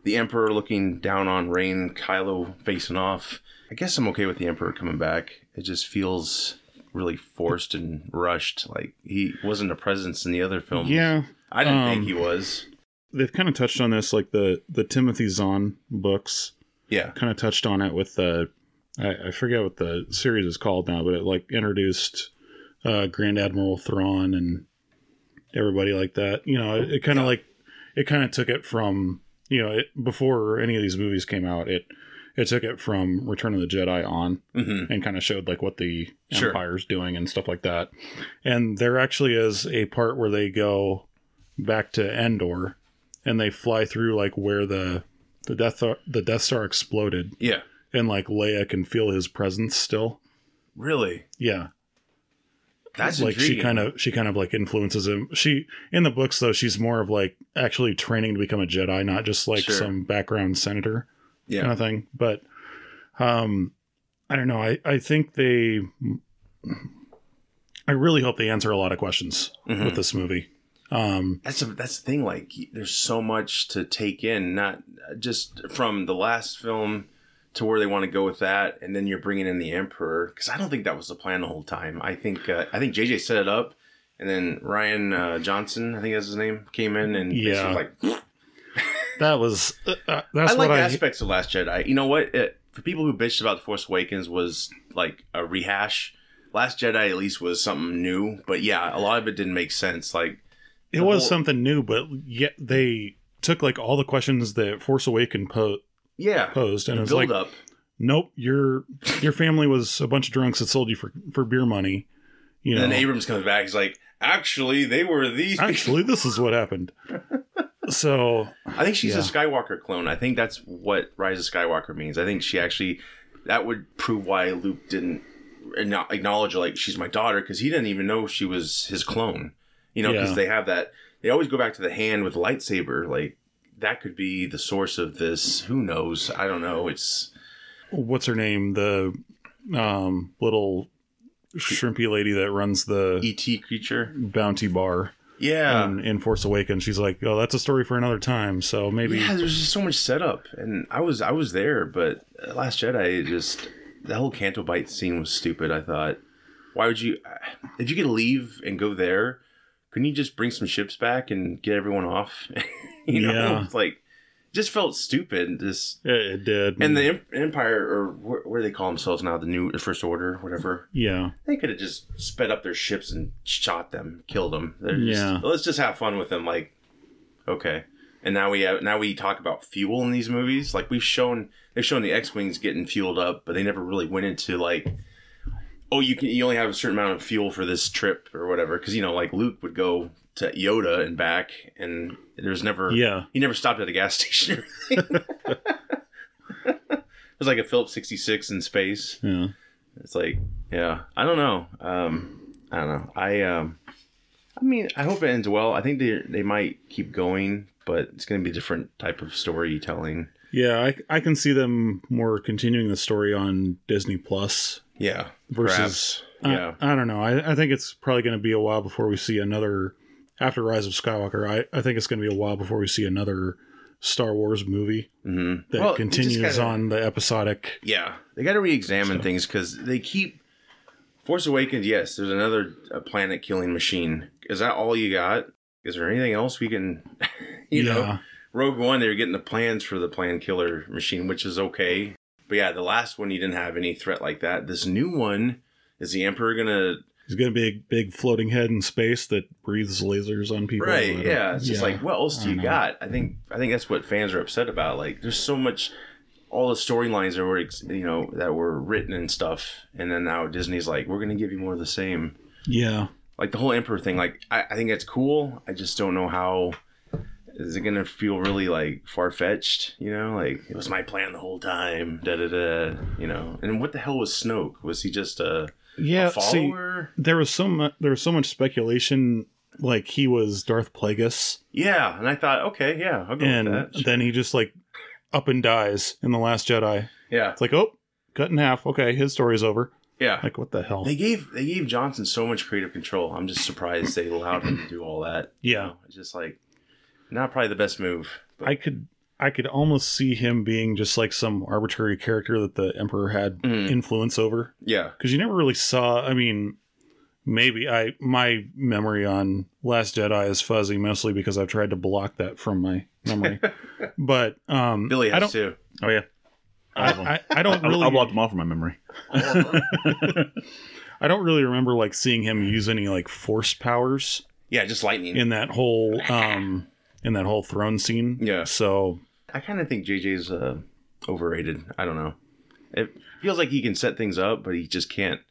S1: the Emperor looking down on Rain, Kylo facing off. I guess I'm okay with the Emperor coming back. It just feels really forced and rushed. Like he wasn't a presence in the other films.
S2: yeah.
S1: I didn't
S2: um,
S1: think he was.
S2: They've kind of touched on this, like the the Timothy Zahn books.
S1: Yeah.
S2: kind of touched on it with the I, I forget what the series is called now, but it like introduced uh, Grand Admiral Thrawn and everybody like that. You know, it, it kind of like it kind of took it from you know it, before any of these movies came out. It it took it from Return of the Jedi on
S1: hmm
S2: and kind of showed like what the
S1: Sure.
S2: empire's doing and stuff like that. And there actually is a part where they go back to Endor and they fly through like where the the death Star- the Death Star exploded
S1: Yeah.
S2: and like Leia can feel his presence still.
S1: Really?
S2: Yeah,
S1: That's
S2: like
S1: intriguing.
S2: she kind of she kind of like influences him. She in the books though she's more of like actually training to become a Jedi, not just like
S1: Sure.
S2: some background senator.
S1: yeah.
S2: kind of thing. But um, I don't know. I, I think they. I really hope they answer a lot of questions
S1: Mhm.
S2: with this movie. Um,
S1: that's a, that's the thing. Like, there's so much to take in, not uh, just from the last film to where they want to go with that, and then you're bringing in the Emperor because I don't think that was the plan the whole time. I think uh, I think JJ set it up, and then Ryan uh, Johnson, I think that's his name, came in and basically
S2: Yeah.
S1: was like,
S2: that was uh, uh, that's
S1: I
S2: what
S1: like
S2: I
S1: aspects of Last Jedi. You know what? It, for people who bitched about The Force Awakens was like a rehash. Last Jedi at least was something new, but yeah, a lot of it didn't make sense. Like,
S2: it
S1: the
S2: was
S1: whole-
S2: something new, but yet they took like all the questions that Force Awaken po-
S1: yeah,
S2: posed, and
S1: the
S2: it's
S1: build
S2: like,
S1: up.
S2: nope, your your family was a bunch of drunks that sold you for for beer money. You know,
S1: And then Abrams comes back. He's like, actually, they were these.
S2: actually, this is what happened. So
S1: I think she's a
S2: Yeah.
S1: Skywalker clone. I think that's what Rise of Skywalker means. I think she actually that would prove why Luke didn't acknow- acknowledge her, like she's my daughter because he didn't even know she was his clone. You know, because
S2: Yeah.
S1: they have that. They always go back to the hand with the lightsaber. Like that could be the source of this. Who knows? I don't know. It's
S2: what's her name? The um, little shrimpy lady that runs the
S1: ET E creature.
S2: bounty bar
S1: Yeah.
S2: in, in Force Awakens. She's like, oh, that's a story for another time. So maybe
S1: Yeah, there's just so much setup, and I was I was there, but Last Jedi it just the whole Canto Bite scene was stupid. I thought, why would you? uh, If you could leave and go there, couldn't you just bring some ships back and get everyone off? you know,
S2: Yeah.
S1: it's like just felt stupid. Just
S2: it, it did.
S1: and the em- Empire or wh- what do they call themselves now? The new the First Order, whatever.
S2: yeah,
S1: They could have just sped up their ships and shot them, killed them. They're
S2: Yeah.
S1: just, let's just have fun with them. Like, okay. And now we have now we talk about fuel in these movies. Like we've shown they've shown the X wings getting fueled up, but they never really went into like, oh, you can you only have a certain amount of fuel for this trip or whatever. Because you know, like Luke would go to Yoda and back, and there's never
S2: yeah,
S1: he never stopped at a gas station. Or anything. it was like a Phillips 66 in space.
S2: yeah.
S1: It's like, yeah, I don't know. Um, I don't know. I, um, I mean, I hope it ends well. I think they they might keep going, but it's going to be a different type of storytelling.
S2: Yeah, I, I can see them more continuing the story on Disney Plus
S1: Yeah,
S2: versus. I-
S1: Yeah.
S2: I, don't know. I, I think it's probably going to be a while before we see another. After Rise of Skywalker, I, I think it's going to be a while before we see another Star Wars movie
S1: hmm
S2: that continues on the episodic.
S1: Yeah, they got to re-examine things because they keep Force Awakens. Yes, there's another uh, planet killing machine. Is that all you got? Is there anything else we can, you know?
S2: Yeah.
S1: Rogue One, they were getting the plans for the plan killer machine, which is okay. But yeah, the last one, you didn't have any threat like that. This new one, is the Emperor gonna?
S2: He's got a big, big floating head in space that breathes lasers on people. I
S1: right?
S2: don't-
S1: Yeah. It's just like, what else do
S2: I
S1: you
S2: know.
S1: got? I think I think that's what fans are upset about. Like, there's so much, all the storylines that were ex- you know that were written and stuff, and then now Disney's like, we're gonna give you more of the same.
S2: Yeah.
S1: Like the whole Emperor thing. Like, I, I think that's cool. I just don't know how. Is it gonna feel really like far fetched? You know, like it was my plan the whole time. Da da da. You know, and what the hell was Snoke? Was he just a,
S2: Yeah.
S1: a follower?
S2: there was so much, there was so much speculation, like he was Darth Plagueis,
S1: yeah, and I thought, okay, yeah, I'll go with
S2: and
S1: that. Sure.
S2: then he just like up and dies in the Last Jedi.
S1: yeah,
S2: It's like, oh, cut in half. Okay, his story's over.
S1: yeah.
S2: Like, what the hell?
S1: They gave they gave Johnson so much creative control. I'm just surprised they allowed him to do all that. You
S2: yeah,
S1: know, it's just like not probably the best move. But
S2: I could, I could almost see him being just like some arbitrary character that the Emperor had
S1: Mhm.
S2: influence over.
S1: yeah,
S2: because you never really saw. I mean, maybe I my memory on Last Jedi is fuzzy, mostly because I've tried to block that from my memory. but um,
S1: Billy
S2: I
S1: has
S2: don't.
S1: too.
S3: Oh yeah,
S2: I,
S3: have 'em.
S2: I, I don't
S3: I,
S2: really.
S3: I blocked them all from my memory.
S2: I don't really remember like seeing him use any like force powers
S1: Yeah, just lightning.
S2: in that whole um in that whole throne scene.
S1: Yeah.
S2: So
S1: I kind of think JJ's uh, overrated. I don't know. It feels like he can set things up, but he just can't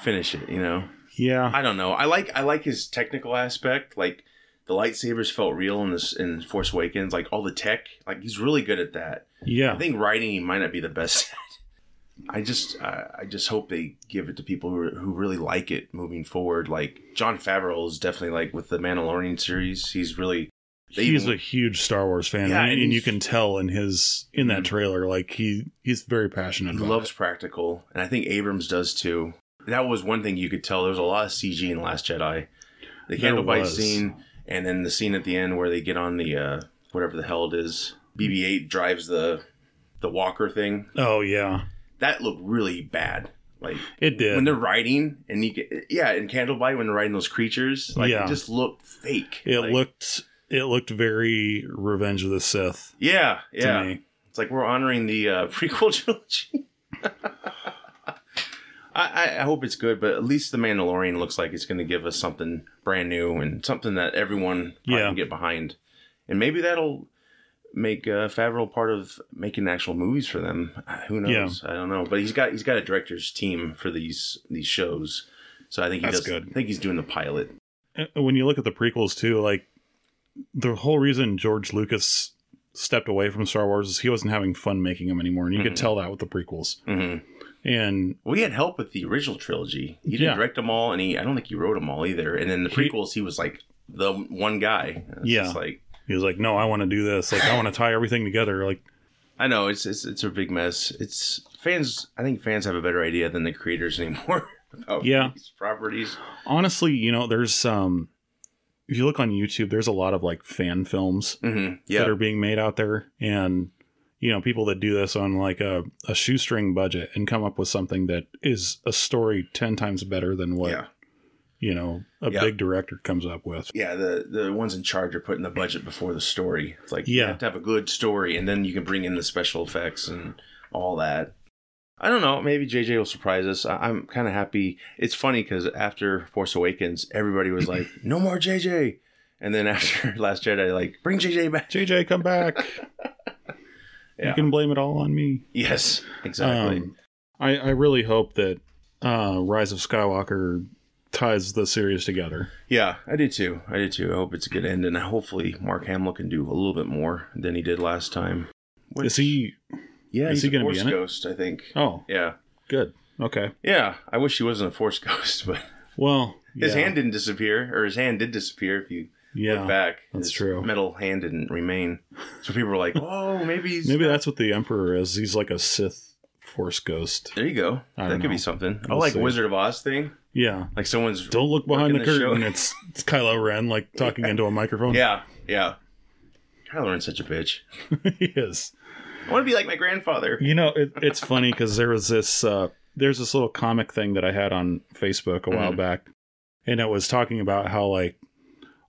S1: finish it. You know.
S2: yeah,
S1: I don't know. I like I like his technical aspect. Like the lightsabers felt real in this in Force Awakens. Like all the tech. Like he's really good at that. I
S2: yeah,
S1: think writing he might not be the best. at. I just I, I just hope they give it to people who, who really like it moving forward. Like John Favreau is definitely like with the Mandalorian series. He's really they
S2: he's
S1: even-
S2: a huge Star Wars fan,
S1: Yeah,
S2: and,
S1: and
S2: and you
S1: he's-
S2: can tell in his in that
S1: Mhm.
S2: trailer, like he he's very passionate.
S1: he
S2: about
S1: loves practical, and I think Abrams does too. That was one thing you could tell. There was a lot of CG in Last Jedi, the
S2: There
S1: candlelight
S2: was.
S1: scene, and then the scene at the end where they get on the uh, whatever the hell it is. BB-8 drives the the walker thing.
S2: it. Oh yeah,
S1: That looked really bad. Like
S2: it did.
S1: when they're riding and you get, yeah in candlelight when they're riding those creatures like
S2: Yeah.
S1: it just looked fake
S2: It
S1: Like,
S2: looked it looked very Revenge of the Sith
S1: yeah
S2: to
S1: yeah
S2: me.
S1: it's like we're honoring the uh, prequel trilogy I, I- I hope it's good but at least the mandalorian looks like it's going to give us something brand new and something that everyone probably
S2: Yeah.
S1: can get behind and maybe that'll make uh, Favreau part of making actual movies for them Uh, who knows I don't know but he's got he's got a director's team for these these shows so I think he
S2: That's
S1: does,
S2: good.
S1: I think he's doing the pilot
S2: And Uh, When you look at the prequels too, like the whole reason George Lucas stepped away from Star Wars is he wasn't having fun making them anymore, and you
S1: Mhm.
S2: could tell that with the prequels.
S1: hmm
S2: And
S1: Well, he had help with the original trilogy. He didn't
S2: Yeah.
S1: direct them all, and he—I don't think he wrote them all either. And then the
S2: He-
S1: prequels, he was like the one guy. It's
S2: Yeah.
S1: just like
S2: he was like, "No, I want to do this. Like, I want to tie everything together. Like,
S1: I know it's it's it's a big mess. It's fans. I think fans have a better idea than the creators anymore about
S2: Yeah.
S1: these properties.
S2: Honestly, you know, there's um if you look on YouTube, there's a lot of like fan films
S1: hmm
S2: that
S1: Yeah,
S2: are being made out there and you know, people that do this on like a, a shoestring budget and come up with something that is a story ten times better than what
S1: yeah,
S2: you know a
S1: Yeah.
S2: big director comes up with.
S1: yeah. The the ones in charge are putting the budget before the story. It's like you
S2: Yeah.
S1: have to have a good story, and then you can bring in the special effects and all that. I don't know. Maybe JJ will surprise us. I, I'm kind of happy. It's funny because after Force Awakens, everybody was like, "No more JJ," and then after Last Jedi, like, "Bring JJ back."
S2: JJ, come back.
S1: Yeah.
S2: You can blame it all on me.
S1: Yes, exactly.
S2: Um, I, I really hope that uh, Rise of Skywalker ties the series together.
S1: Yeah, I do too. I do too. I hope it's a good end, and hopefully Mark Hamill can do a little bit more than he did last time. Which-
S2: Is he?
S1: Yeah, he's
S2: is he
S1: a
S2: gonna be
S1: Force
S2: in it?
S1: Ghost, I think.
S2: Oh,
S1: Yeah,
S2: good. Okay.
S1: yeah. I wish he wasn't a Force Ghost, but
S2: Well,
S1: his
S2: yeah,
S1: hand didn't disappear, or his hand did disappear. If you
S2: Yeah,
S1: look back,
S2: that's
S1: his
S2: true.
S1: Metal hand didn't remain. So people were like, "Oh, maybe he's
S2: maybe that's what the Emperor is. He's like a Sith Force ghost.
S1: there." You go.
S2: I
S1: that
S2: don't
S1: could be
S2: know.
S1: something. I
S2: We'll
S1: like
S2: see.
S1: Wizard of Oz thing.
S2: Yeah.
S1: Like someone's.
S2: Don't look behind the
S1: Working the show.
S2: curtain. It's, it's Kylo Ren like talking into a microphone.
S1: Yeah, yeah. Kylo Ren's such a bitch.
S2: he is.
S1: I want to be like my grandfather.
S2: You know, it, it's funny because there was this uh, there's this little comic thing that I had on Facebook a while
S1: Mhm.
S2: back, and it was talking about how like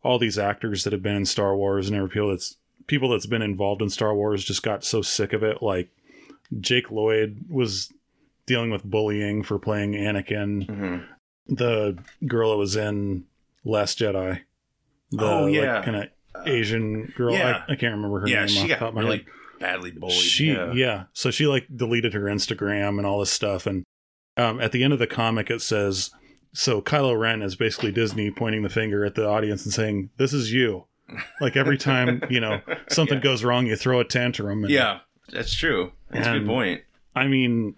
S2: all these actors that have been in Star Wars and every people that's people that's been involved in Star Wars just got so sick of it. Like Jake Lloyd was dealing with bullying for playing Anakin.
S1: hmm
S2: The girl that was in Last Jedi, the
S1: Oh, yeah.
S2: kind of Asian girl.
S1: yeah.
S2: I, I can't remember her
S1: yeah,
S2: name.
S1: she
S2: off the top
S1: got
S2: of my
S1: really
S2: head
S1: badly bullied.
S2: she
S1: yeah.
S2: yeah. so she like deleted her instagram and all this stuff and um, at the end of the comic it says so kylo ren is basically disney pointing the finger at the audience and saying this is you like every time you know something
S1: Yeah.
S2: goes wrong you throw a tantrum and,
S1: Yeah, that's true. That's a good
S2: And-
S1: point.
S2: i mean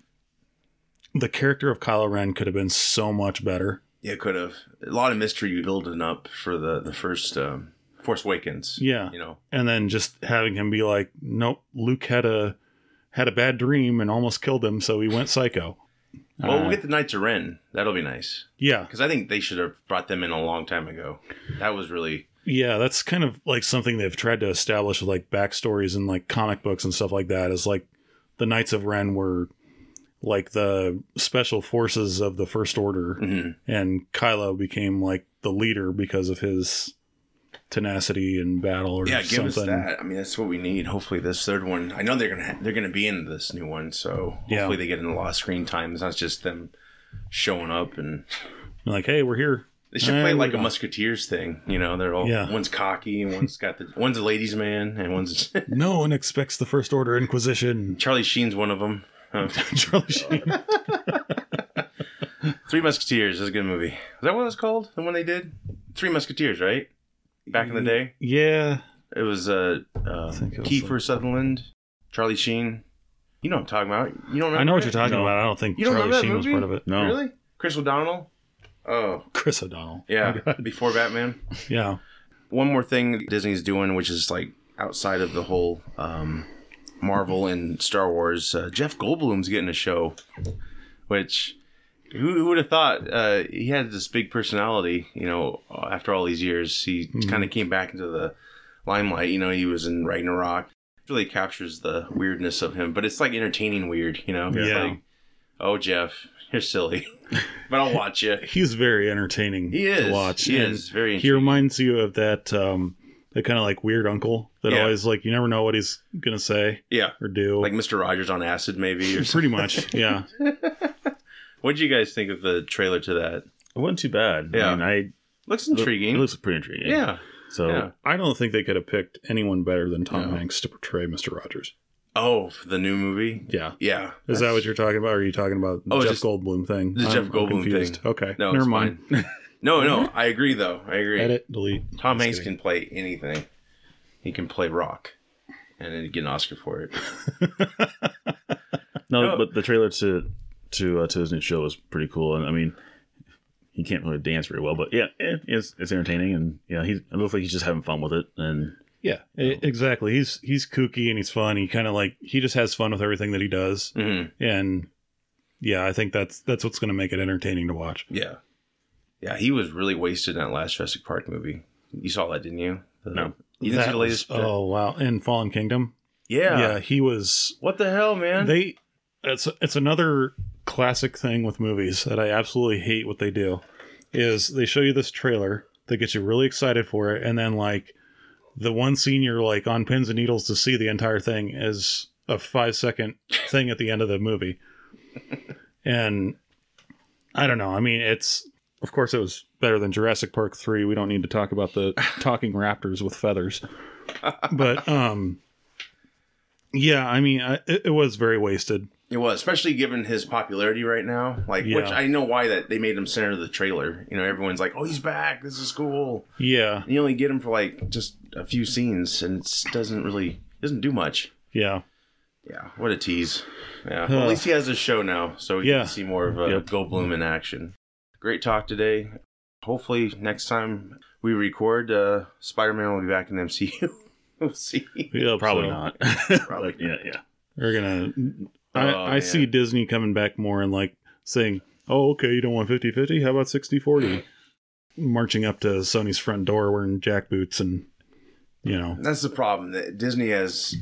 S2: the character of kylo ren could have been so much better
S1: Yeah, could have a lot of mystery building up for the the first um, Force Awakens.
S2: yeah
S1: you know.
S2: and then just having him be like nope luke had a had a bad dream and almost killed him so he went psycho
S1: Well,
S2: Uh,
S1: we'll get the Knights of Ren. That'll be nice
S2: yeah
S1: because I think they should have brought them in a long time ago. That was really
S2: Yeah, that's kind of like something they've tried to establish with like backstories and like comic books and stuff like that. Is like the Knights of Ren were like the special forces of the First Order,
S1: mhm.
S2: and Kylo became like the leader because of his tenacity in battle or
S1: yeah. Give
S2: something.
S1: us that. I mean, that's what we need. Hopefully, this third one. I know they're gonna ha- they're gonna be in this new one, so
S2: Yeah.
S1: hopefully they get in a lot of screen time. It's not just them showing up and
S2: Like, hey, we're here.
S1: They should
S2: Eh,
S1: play
S2: we're
S1: like a
S2: not.
S1: musketeers thing. You know, they're all
S2: Yeah.
S1: one's cocky and one's got the one's a ladies' man and one's
S2: No one expects the First Order Inquisition.
S1: Charlie Sheen's one of Um, them.
S2: Charlie Sheen.
S1: Three Musketeers is a good movie. Is that what it was called? The one they did? Three Musketeers, right? Back
S2: Mm,
S1: in the day,
S2: Yeah,
S1: it was uh, uh
S2: think it was
S1: Kiefer
S2: like-
S1: Sutherland, Charlie Sheen. You know what I'm talking about. You don't. Remember
S2: I know what
S1: that?
S2: you're talking
S3: No.
S2: about. I don't think
S1: You don't
S2: Charlie
S1: remember that
S2: Sheen was
S1: movie?
S2: part of it.
S3: No.
S1: Really? Chris O'Donnell. Oh
S2: Chris O'Donnell.
S1: yeah,
S2: Oh, God.
S1: before Batman.
S2: yeah.
S1: one more thing Disney's doing, which is like outside of the whole um, Marvel and Star Wars. Uh, Jeff Goldblum's getting a show, which who, who would have thought uh, he had this big personality? You know, after all these years, he
S2: Mm-hmm.
S1: kind of came back into the limelight. You know, he was in Ragnarok. It really captures the weirdness of him, but it's like entertaining weird. You know, It's
S2: Yeah.
S1: like, oh Jeff, you're silly, but I'll watch you.
S2: he's very entertaining
S1: He is.
S2: to watch.
S1: He
S2: and
S1: is very.
S2: he reminds you of that um that kind of like weird uncle that
S1: Yeah.
S2: always like you never know what he's gonna say
S1: yeah,
S2: or do.
S1: like Mister Rogers on acid, maybe or something.
S2: pretty much, yeah.
S1: What did you guys think of the trailer to that?
S3: It wasn't too bad.
S1: Yeah.
S3: I mean, I
S1: Looks
S3: it
S1: intriguing.
S3: looks pretty intriguing.
S1: yeah.
S3: So
S1: yeah.
S2: I don't think they could have picked anyone better than Tom
S1: No.
S2: Hanks to portray Mister Rogers.
S1: Oh, for the new movie.
S2: Yeah.
S1: Yeah.
S2: Is that what you're talking about? Or are you talking about the
S1: Oh,
S2: Jeff
S1: just-
S2: Goldblum thing?
S1: the Jeff Goldblum thing.
S2: Okay,
S1: No,
S2: never
S1: it's
S2: mind.
S1: fine. no, no, I agree though. I agree.
S2: Edit, delete.
S1: Tom
S2: Just
S1: Hanks
S2: kidding.
S1: can play anything. He can play rock, and then get an Oscar for it.
S3: no,
S1: No.
S3: but the trailer to to uh, to his new show was pretty cool, and I mean, he can't really dance very well, but yeah, eh, it's it's entertaining, and yeah, he it looks like he's just having fun with it, and
S2: Yeah, e- exactly. He's he's kooky and he's fun. He kind of like he just has fun with everything that he does,
S1: Mm-hmm.
S2: and yeah, I think that's that's what's going to make it entertaining to watch.
S1: Yeah, yeah. He was really wasted in that last Jurassic Park movie. You saw that, didn't you?
S3: No.
S1: You didn't see
S2: That
S1: the
S2: was-
S1: latest?
S2: oh wow! In Fallen Kingdom,
S1: yeah.
S2: yeah he was
S1: What the hell, man?
S2: they it's it's another classic thing with movies that I absolutely hate what they do is they show you this trailer that gets you really excited for it and then like the one scene you're like on pins and needles to see the entire thing is a 5 second thing at the end of the movie. And I don't know. I mean, it's of course it was better than Jurassic Park 3. We don't need to talk about the talking raptors with feathers. But um yeah, I mean, I, it, it was very wasted.
S1: it was, especially given his popularity right now. Like,
S2: Yeah.
S1: which I know why that they made him center of the trailer. You know, everyone's like, "Oh, he's back. This is cool."
S2: Yeah,
S1: And you only get him for like just a few scenes, and it doesn't really doesn't do much.
S2: yeah,
S1: Yeah, what a tease. Yeah, well,
S2: Huh.
S1: at least he has a show now, so we
S2: Yeah.
S1: can see more of uh,
S2: Yep.
S1: Goldblum in action. Great talk today. Hopefully, next time we record, uh, Spider Man will be back in the MCU. we'll see.
S2: yeah.
S3: Probably
S2: so
S3: not.
S1: Probably.
S3: yeah, yeah.
S2: We're gonna. I,
S1: Oh,
S2: I
S1: man.
S2: see Disney coming back more and like saying, "Oh, okay, you don't want 50-50? How about 60-40? Marching up to Sony's front door wearing jack boots and you know
S1: That's the problem that Disney has.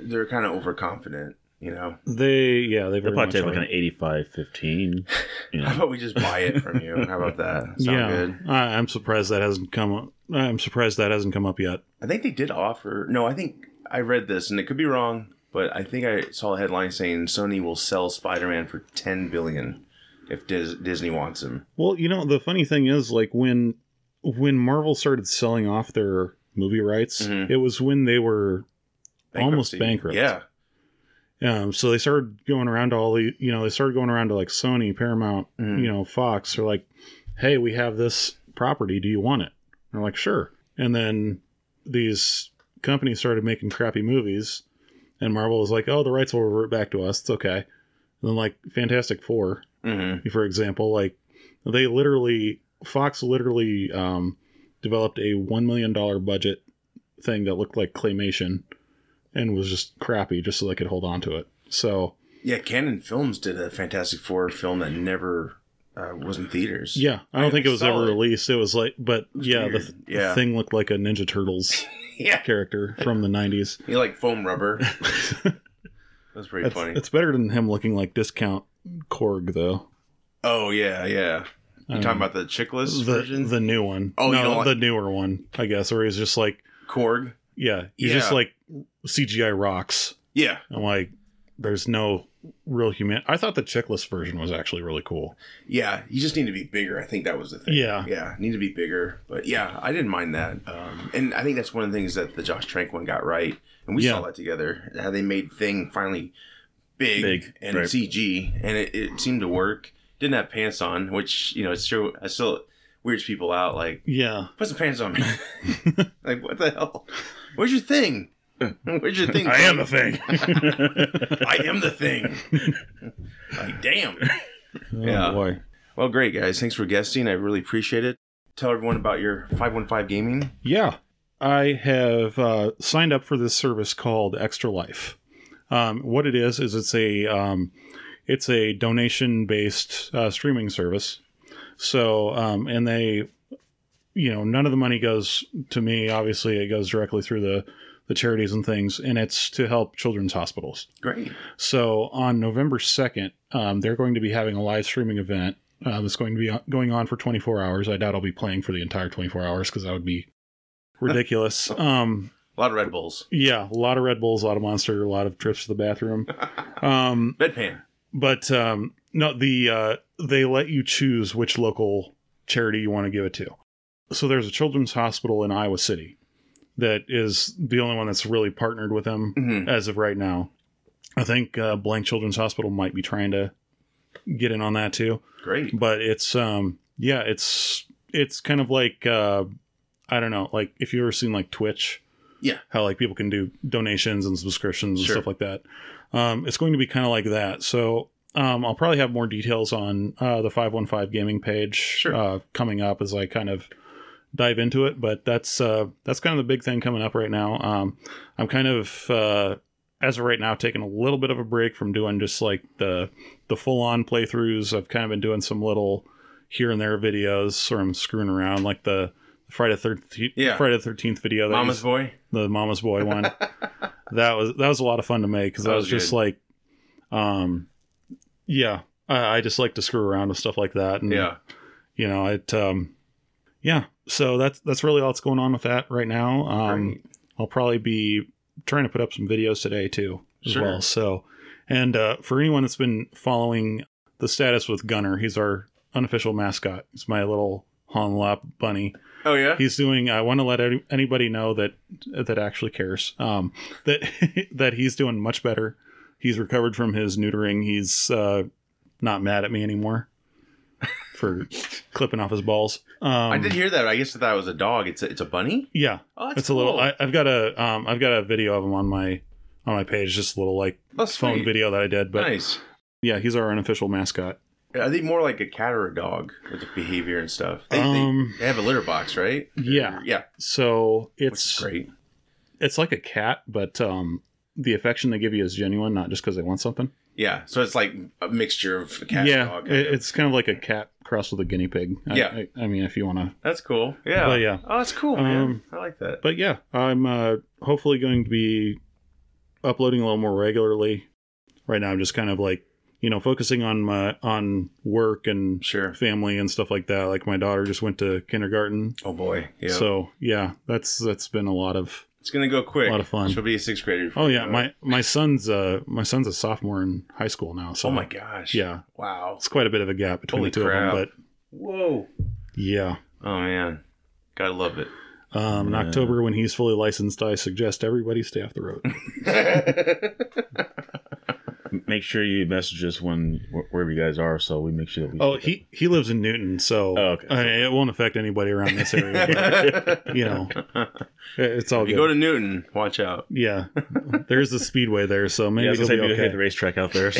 S1: They're kind of overconfident, you know.
S2: they yeah they
S3: They're
S2: very much
S3: probably
S2: are.
S3: like an 85 15. You
S1: How
S3: know,
S1: about we just buy it from you? How about that? Sound
S2: yeah.
S1: good?
S2: I, I'm surprised that hasn't come. up. I'm surprised that hasn't come up yet.
S1: I think they did offer. No, I think I read this, and it could be wrong, but I think I saw a headline saying Sony will sell Spider-Man for ten billion if Dis- Disney wants him.
S2: Well, you know the funny thing is like when when Marvel started selling off their movie rights,
S1: Mhm.
S2: it was when they were Almost
S1: Bankruptcy.
S2: bankrupt. Um, so they started going around to all the, you know, they started going around to like Sony, Paramount,
S1: Mhm.
S2: you know, Fox. They're like, hey, we have this property. Do you want it? And they're like, sure. And then these companies started making crappy movies, and Marvel was like, oh, the rights will revert back to us. It's okay. And then, like, Fantastic Four,
S1: Yeah. Mm-hmm.
S2: for example, like, they literally, Fox literally um, developed a $1 million budget thing that looked like claymation and was just crappy just so they could hold on to it. So,
S1: Yeah. Canon Films did a Fantastic Four film that never uh, was in theaters.
S2: yeah, I don't
S1: Yeah,
S2: think it was ever
S1: solid.
S2: released. It was like, but yeah, the,
S1: weird.
S2: th- the
S1: Yeah.
S2: thing looked like a Ninja Turtles
S1: Yeah.
S2: character from the 90s.
S1: He like foam rubber. That's pretty
S2: It's,
S1: funny.
S2: it's better than him looking like discount Korg, though.
S1: Oh yeah, yeah. You
S2: Um,
S1: talking about the chickless
S2: the,
S1: version?
S2: the new one.
S1: Oh, you
S2: no,
S1: don't like-
S2: the newer one, I guess, where he's just like,
S1: Korg.
S2: yeah, he's just
S1: Yeah.
S2: like CGI rocks.
S1: Yeah.
S2: I'm like, there's no real human. I thought the checklist version was actually really cool.
S1: Yeah, you just need to be bigger. I think that was the thing.
S2: Yeah.
S1: yeah, need to be bigger. But yeah, I didn't mind that, um, and I think that's one of the things that the Josh Trank one got right, and we saw
S2: Yeah.
S1: that together. How they made Thing finally big,
S3: Big,
S1: and
S3: right.
S1: CG, and it, it seemed to work. Didn't have pants on, which you know, it's true. I still weirds people out. Like,
S2: Yeah.
S1: put some pants on, man. like, what the hell? Where's your thing? Where's your thing?
S3: I am
S1: buddy?
S3: a thing.
S1: I am the thing. like, damn.
S2: Oh,
S1: Yeah.
S2: boy.
S1: Well, great, guys. Thanks for guesting. I really appreciate it. Tell everyone about your 515 gaming.
S2: Yeah, I have uh, signed up for this service called Extra Life. Um, what it is is it's a um, it's a donation based uh, streaming service. So um, and they, you know, none of the money goes to me. Obviously, it goes directly through the the charities and things, and it's to help children's hospitals.
S1: Great.
S2: So on November 2nd, um, they're going to be having a live streaming event uh, that's going to be going on for 24 hours. I doubt I'll be playing for the entire 24 hours because that would be ridiculous. um,
S1: A lot of Red Bulls.
S2: yeah, a lot of Red Bulls, a lot of Monster, a lot of trips to the bathroom. Um,
S1: Bedpan.
S2: but um, no, the uh, they let you choose which local charity you want to give it to. So there's a children's hospital in Iowa City that is the only one that's really partnered with them
S1: Mhm.
S2: as of right now. I think uh, Blank Children's Hospital might be trying to get in on that too,
S1: Great.
S2: but it's um yeah, it's it's kind of like uh I don't know, like if you've ever seen like Twitch,
S1: Yeah.
S2: how like people can do donations and subscriptions
S1: Sure.
S2: and stuff like that. Um, it's going to be kind of like that. So um, I'll probably have more details on uh, the 515 gaming page
S1: Sure.
S2: uh, coming up as I kind of dive into it, but that's uh, that's kind of the big thing coming up right now. Um, I'm kind of uh, as of right now taking a little bit of a break from doing just like the the full on playthroughs. I've kind of been doing some little here and there videos, or I'm screwing around like the Friday thirteenth
S1: Yeah.
S2: Friday thirteenth video. that
S1: Mama's boy.
S2: the Mama's Boy one. that was that was a lot of fun to make because
S1: That
S2: I was
S1: was
S2: just
S1: good.
S2: like, um, yeah, I, I just like to screw around with stuff like that, and
S1: Yeah.
S2: you know, it, um, yeah. So that's that's really all that's going on with that right now. Um,
S1: Great.
S2: I'll probably be trying to put up some videos today too, as
S1: Sure.
S2: well. So, and uh, for anyone that's been following the status with Gunner, he's our unofficial mascot. He's my little Honlop bunny
S1: Oh yeah.
S2: he's doing i want to let any- anybody know that that actually cares um that that he's doing much better he's recovered from his neutering he's uh not mad at me anymore for clipping off his balls um
S1: I did hear that. I guess I thought it was a dog. It's a, it's a bunny.
S2: yeah
S1: Oh, that's
S2: it's a little
S1: cool.
S2: I, i've got a um i've got a video of him on my on my page just a little like
S1: oh,
S2: phone
S1: sweet.
S2: video that i did but
S1: nice.
S2: yeah he's our unofficial mascot
S1: Are they more like a cat or a dog with the behavior and stuff? They, they-
S2: um
S1: they have a litter box, right?
S2: yeah
S1: Yeah,
S2: so
S1: which is
S2: it's
S1: great.
S2: it's like a cat but um the affection they give you is genuine not just because they want something
S1: Yeah, so it's like a mixture of a cat
S2: yeah,
S1: and dog. kind
S2: it-
S1: of.
S2: it's kind of like a cat crossed with a guinea pig. I,
S1: Yeah.
S2: I, I mean, if you want to,
S1: that's cool. Yeah,
S2: But yeah.
S1: Oh, that's cool, man.
S2: Um,
S1: I like that.
S2: but yeah, I'm uh, hopefully going to be uploading a little more regularly. Right now, I'm just kind of like you know focusing on my on work and
S1: Sure.
S2: family and stuff like that. Like my daughter just went to kindergarten,
S1: Oh boy. Yeah.
S2: so yeah, that's that's been a lot of
S1: it's gonna go quick.
S2: a lot of fun.
S1: She'll be a sixth grader. before
S2: oh
S1: you
S2: yeah.
S1: know it.
S2: My my son's uh my son's a sophomore in high school now. So
S1: Oh my gosh.
S2: yeah,
S1: Wow.
S2: it's quite a bit of a gap between
S1: Holy
S2: the two
S1: crap.
S2: of them.
S1: Whoa.
S2: But yeah.
S1: Oh man. Gotta love it.
S2: Um, in
S3: Yeah.
S2: October, when he's fully licensed, I suggest everybody stay off the road.
S3: M- Make sure you message us when wh- wherever you guys are, so we make sure that we.
S2: oh, he he lives in Newton, so
S3: Oh, okay.
S2: I mean, it won't affect anybody around this area. but, you know, it- it's all
S1: If you
S2: good.
S1: go to Newton, watch out.
S2: yeah, there's the speedway there, so
S3: Yeah,
S2: maybe
S3: I was
S2: he'll
S3: gonna say,
S2: be
S3: maybe hit
S2: okay.
S3: the racetrack out there.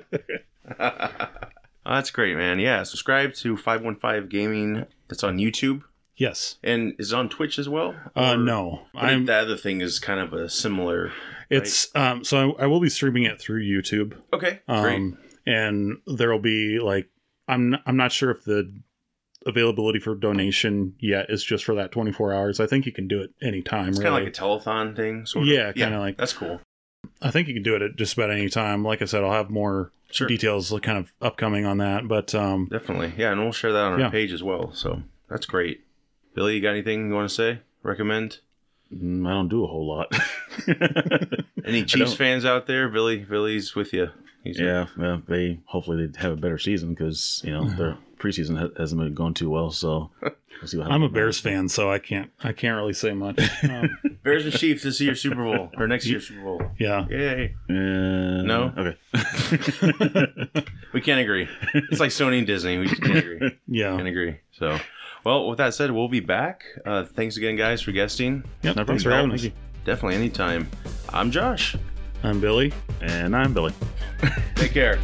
S3: So.
S1: Oh, that's great, man. Yeah. Subscribe to 515 Gaming. It's on YouTube
S2: Yes.
S1: and is it on Twitch as well?
S2: Uh,
S1: Or-
S2: no,
S1: But
S2: I'm.
S1: the other thing is kind of a similar.
S2: It's um. So I, I will be streaming it through YouTube.
S1: Okay, great.
S2: Um, and there'll be like I'm n- I'm not sure if the availability for donation yet is just for that 24 hours. I think you can do it anytime.
S1: It's
S2: really.
S1: kind of like a telethon thing, sort of.
S2: Yeah, kinda like-
S1: that's cool.
S2: I think you can do it at just about any time. Like I said, I'll have more
S1: Sure,
S2: details kind of upcoming on that. But um,
S1: definitely. Yeah, and we'll share that on
S2: Yeah.
S1: our page as well. So that's great. Billy, you got anything you want to say? Recommend
S3: Mm, I don't do a whole lot.
S1: any Chiefs fans out there? Billy, Billy's with you. He's
S3: yeah, well, they hopefully they have a better season because you know their preseason ha- hasn't been going too well. So we'll see what happens.
S2: I'm a Bears fan, so I can't I can't really say much. Um,
S1: Bears and Chiefs this year's Super Bowl or next year's Super Bowl.
S2: yeah,
S1: Yay!
S3: Uh,
S1: No?
S3: Okay.
S1: We can't agree. It's like Sony and Disney. We just can't agree.
S2: yeah.
S1: Can't agree. So, well, with that said, we'll be back. Uh, thanks again, guys, for guesting.
S2: Yep,
S3: No
S2: thanks
S3: problem.
S2: for having
S3: Thank
S2: us.
S1: Definitely anytime. I'm Josh.
S2: I'm Billy.
S3: And I'm Billy.
S1: Take care.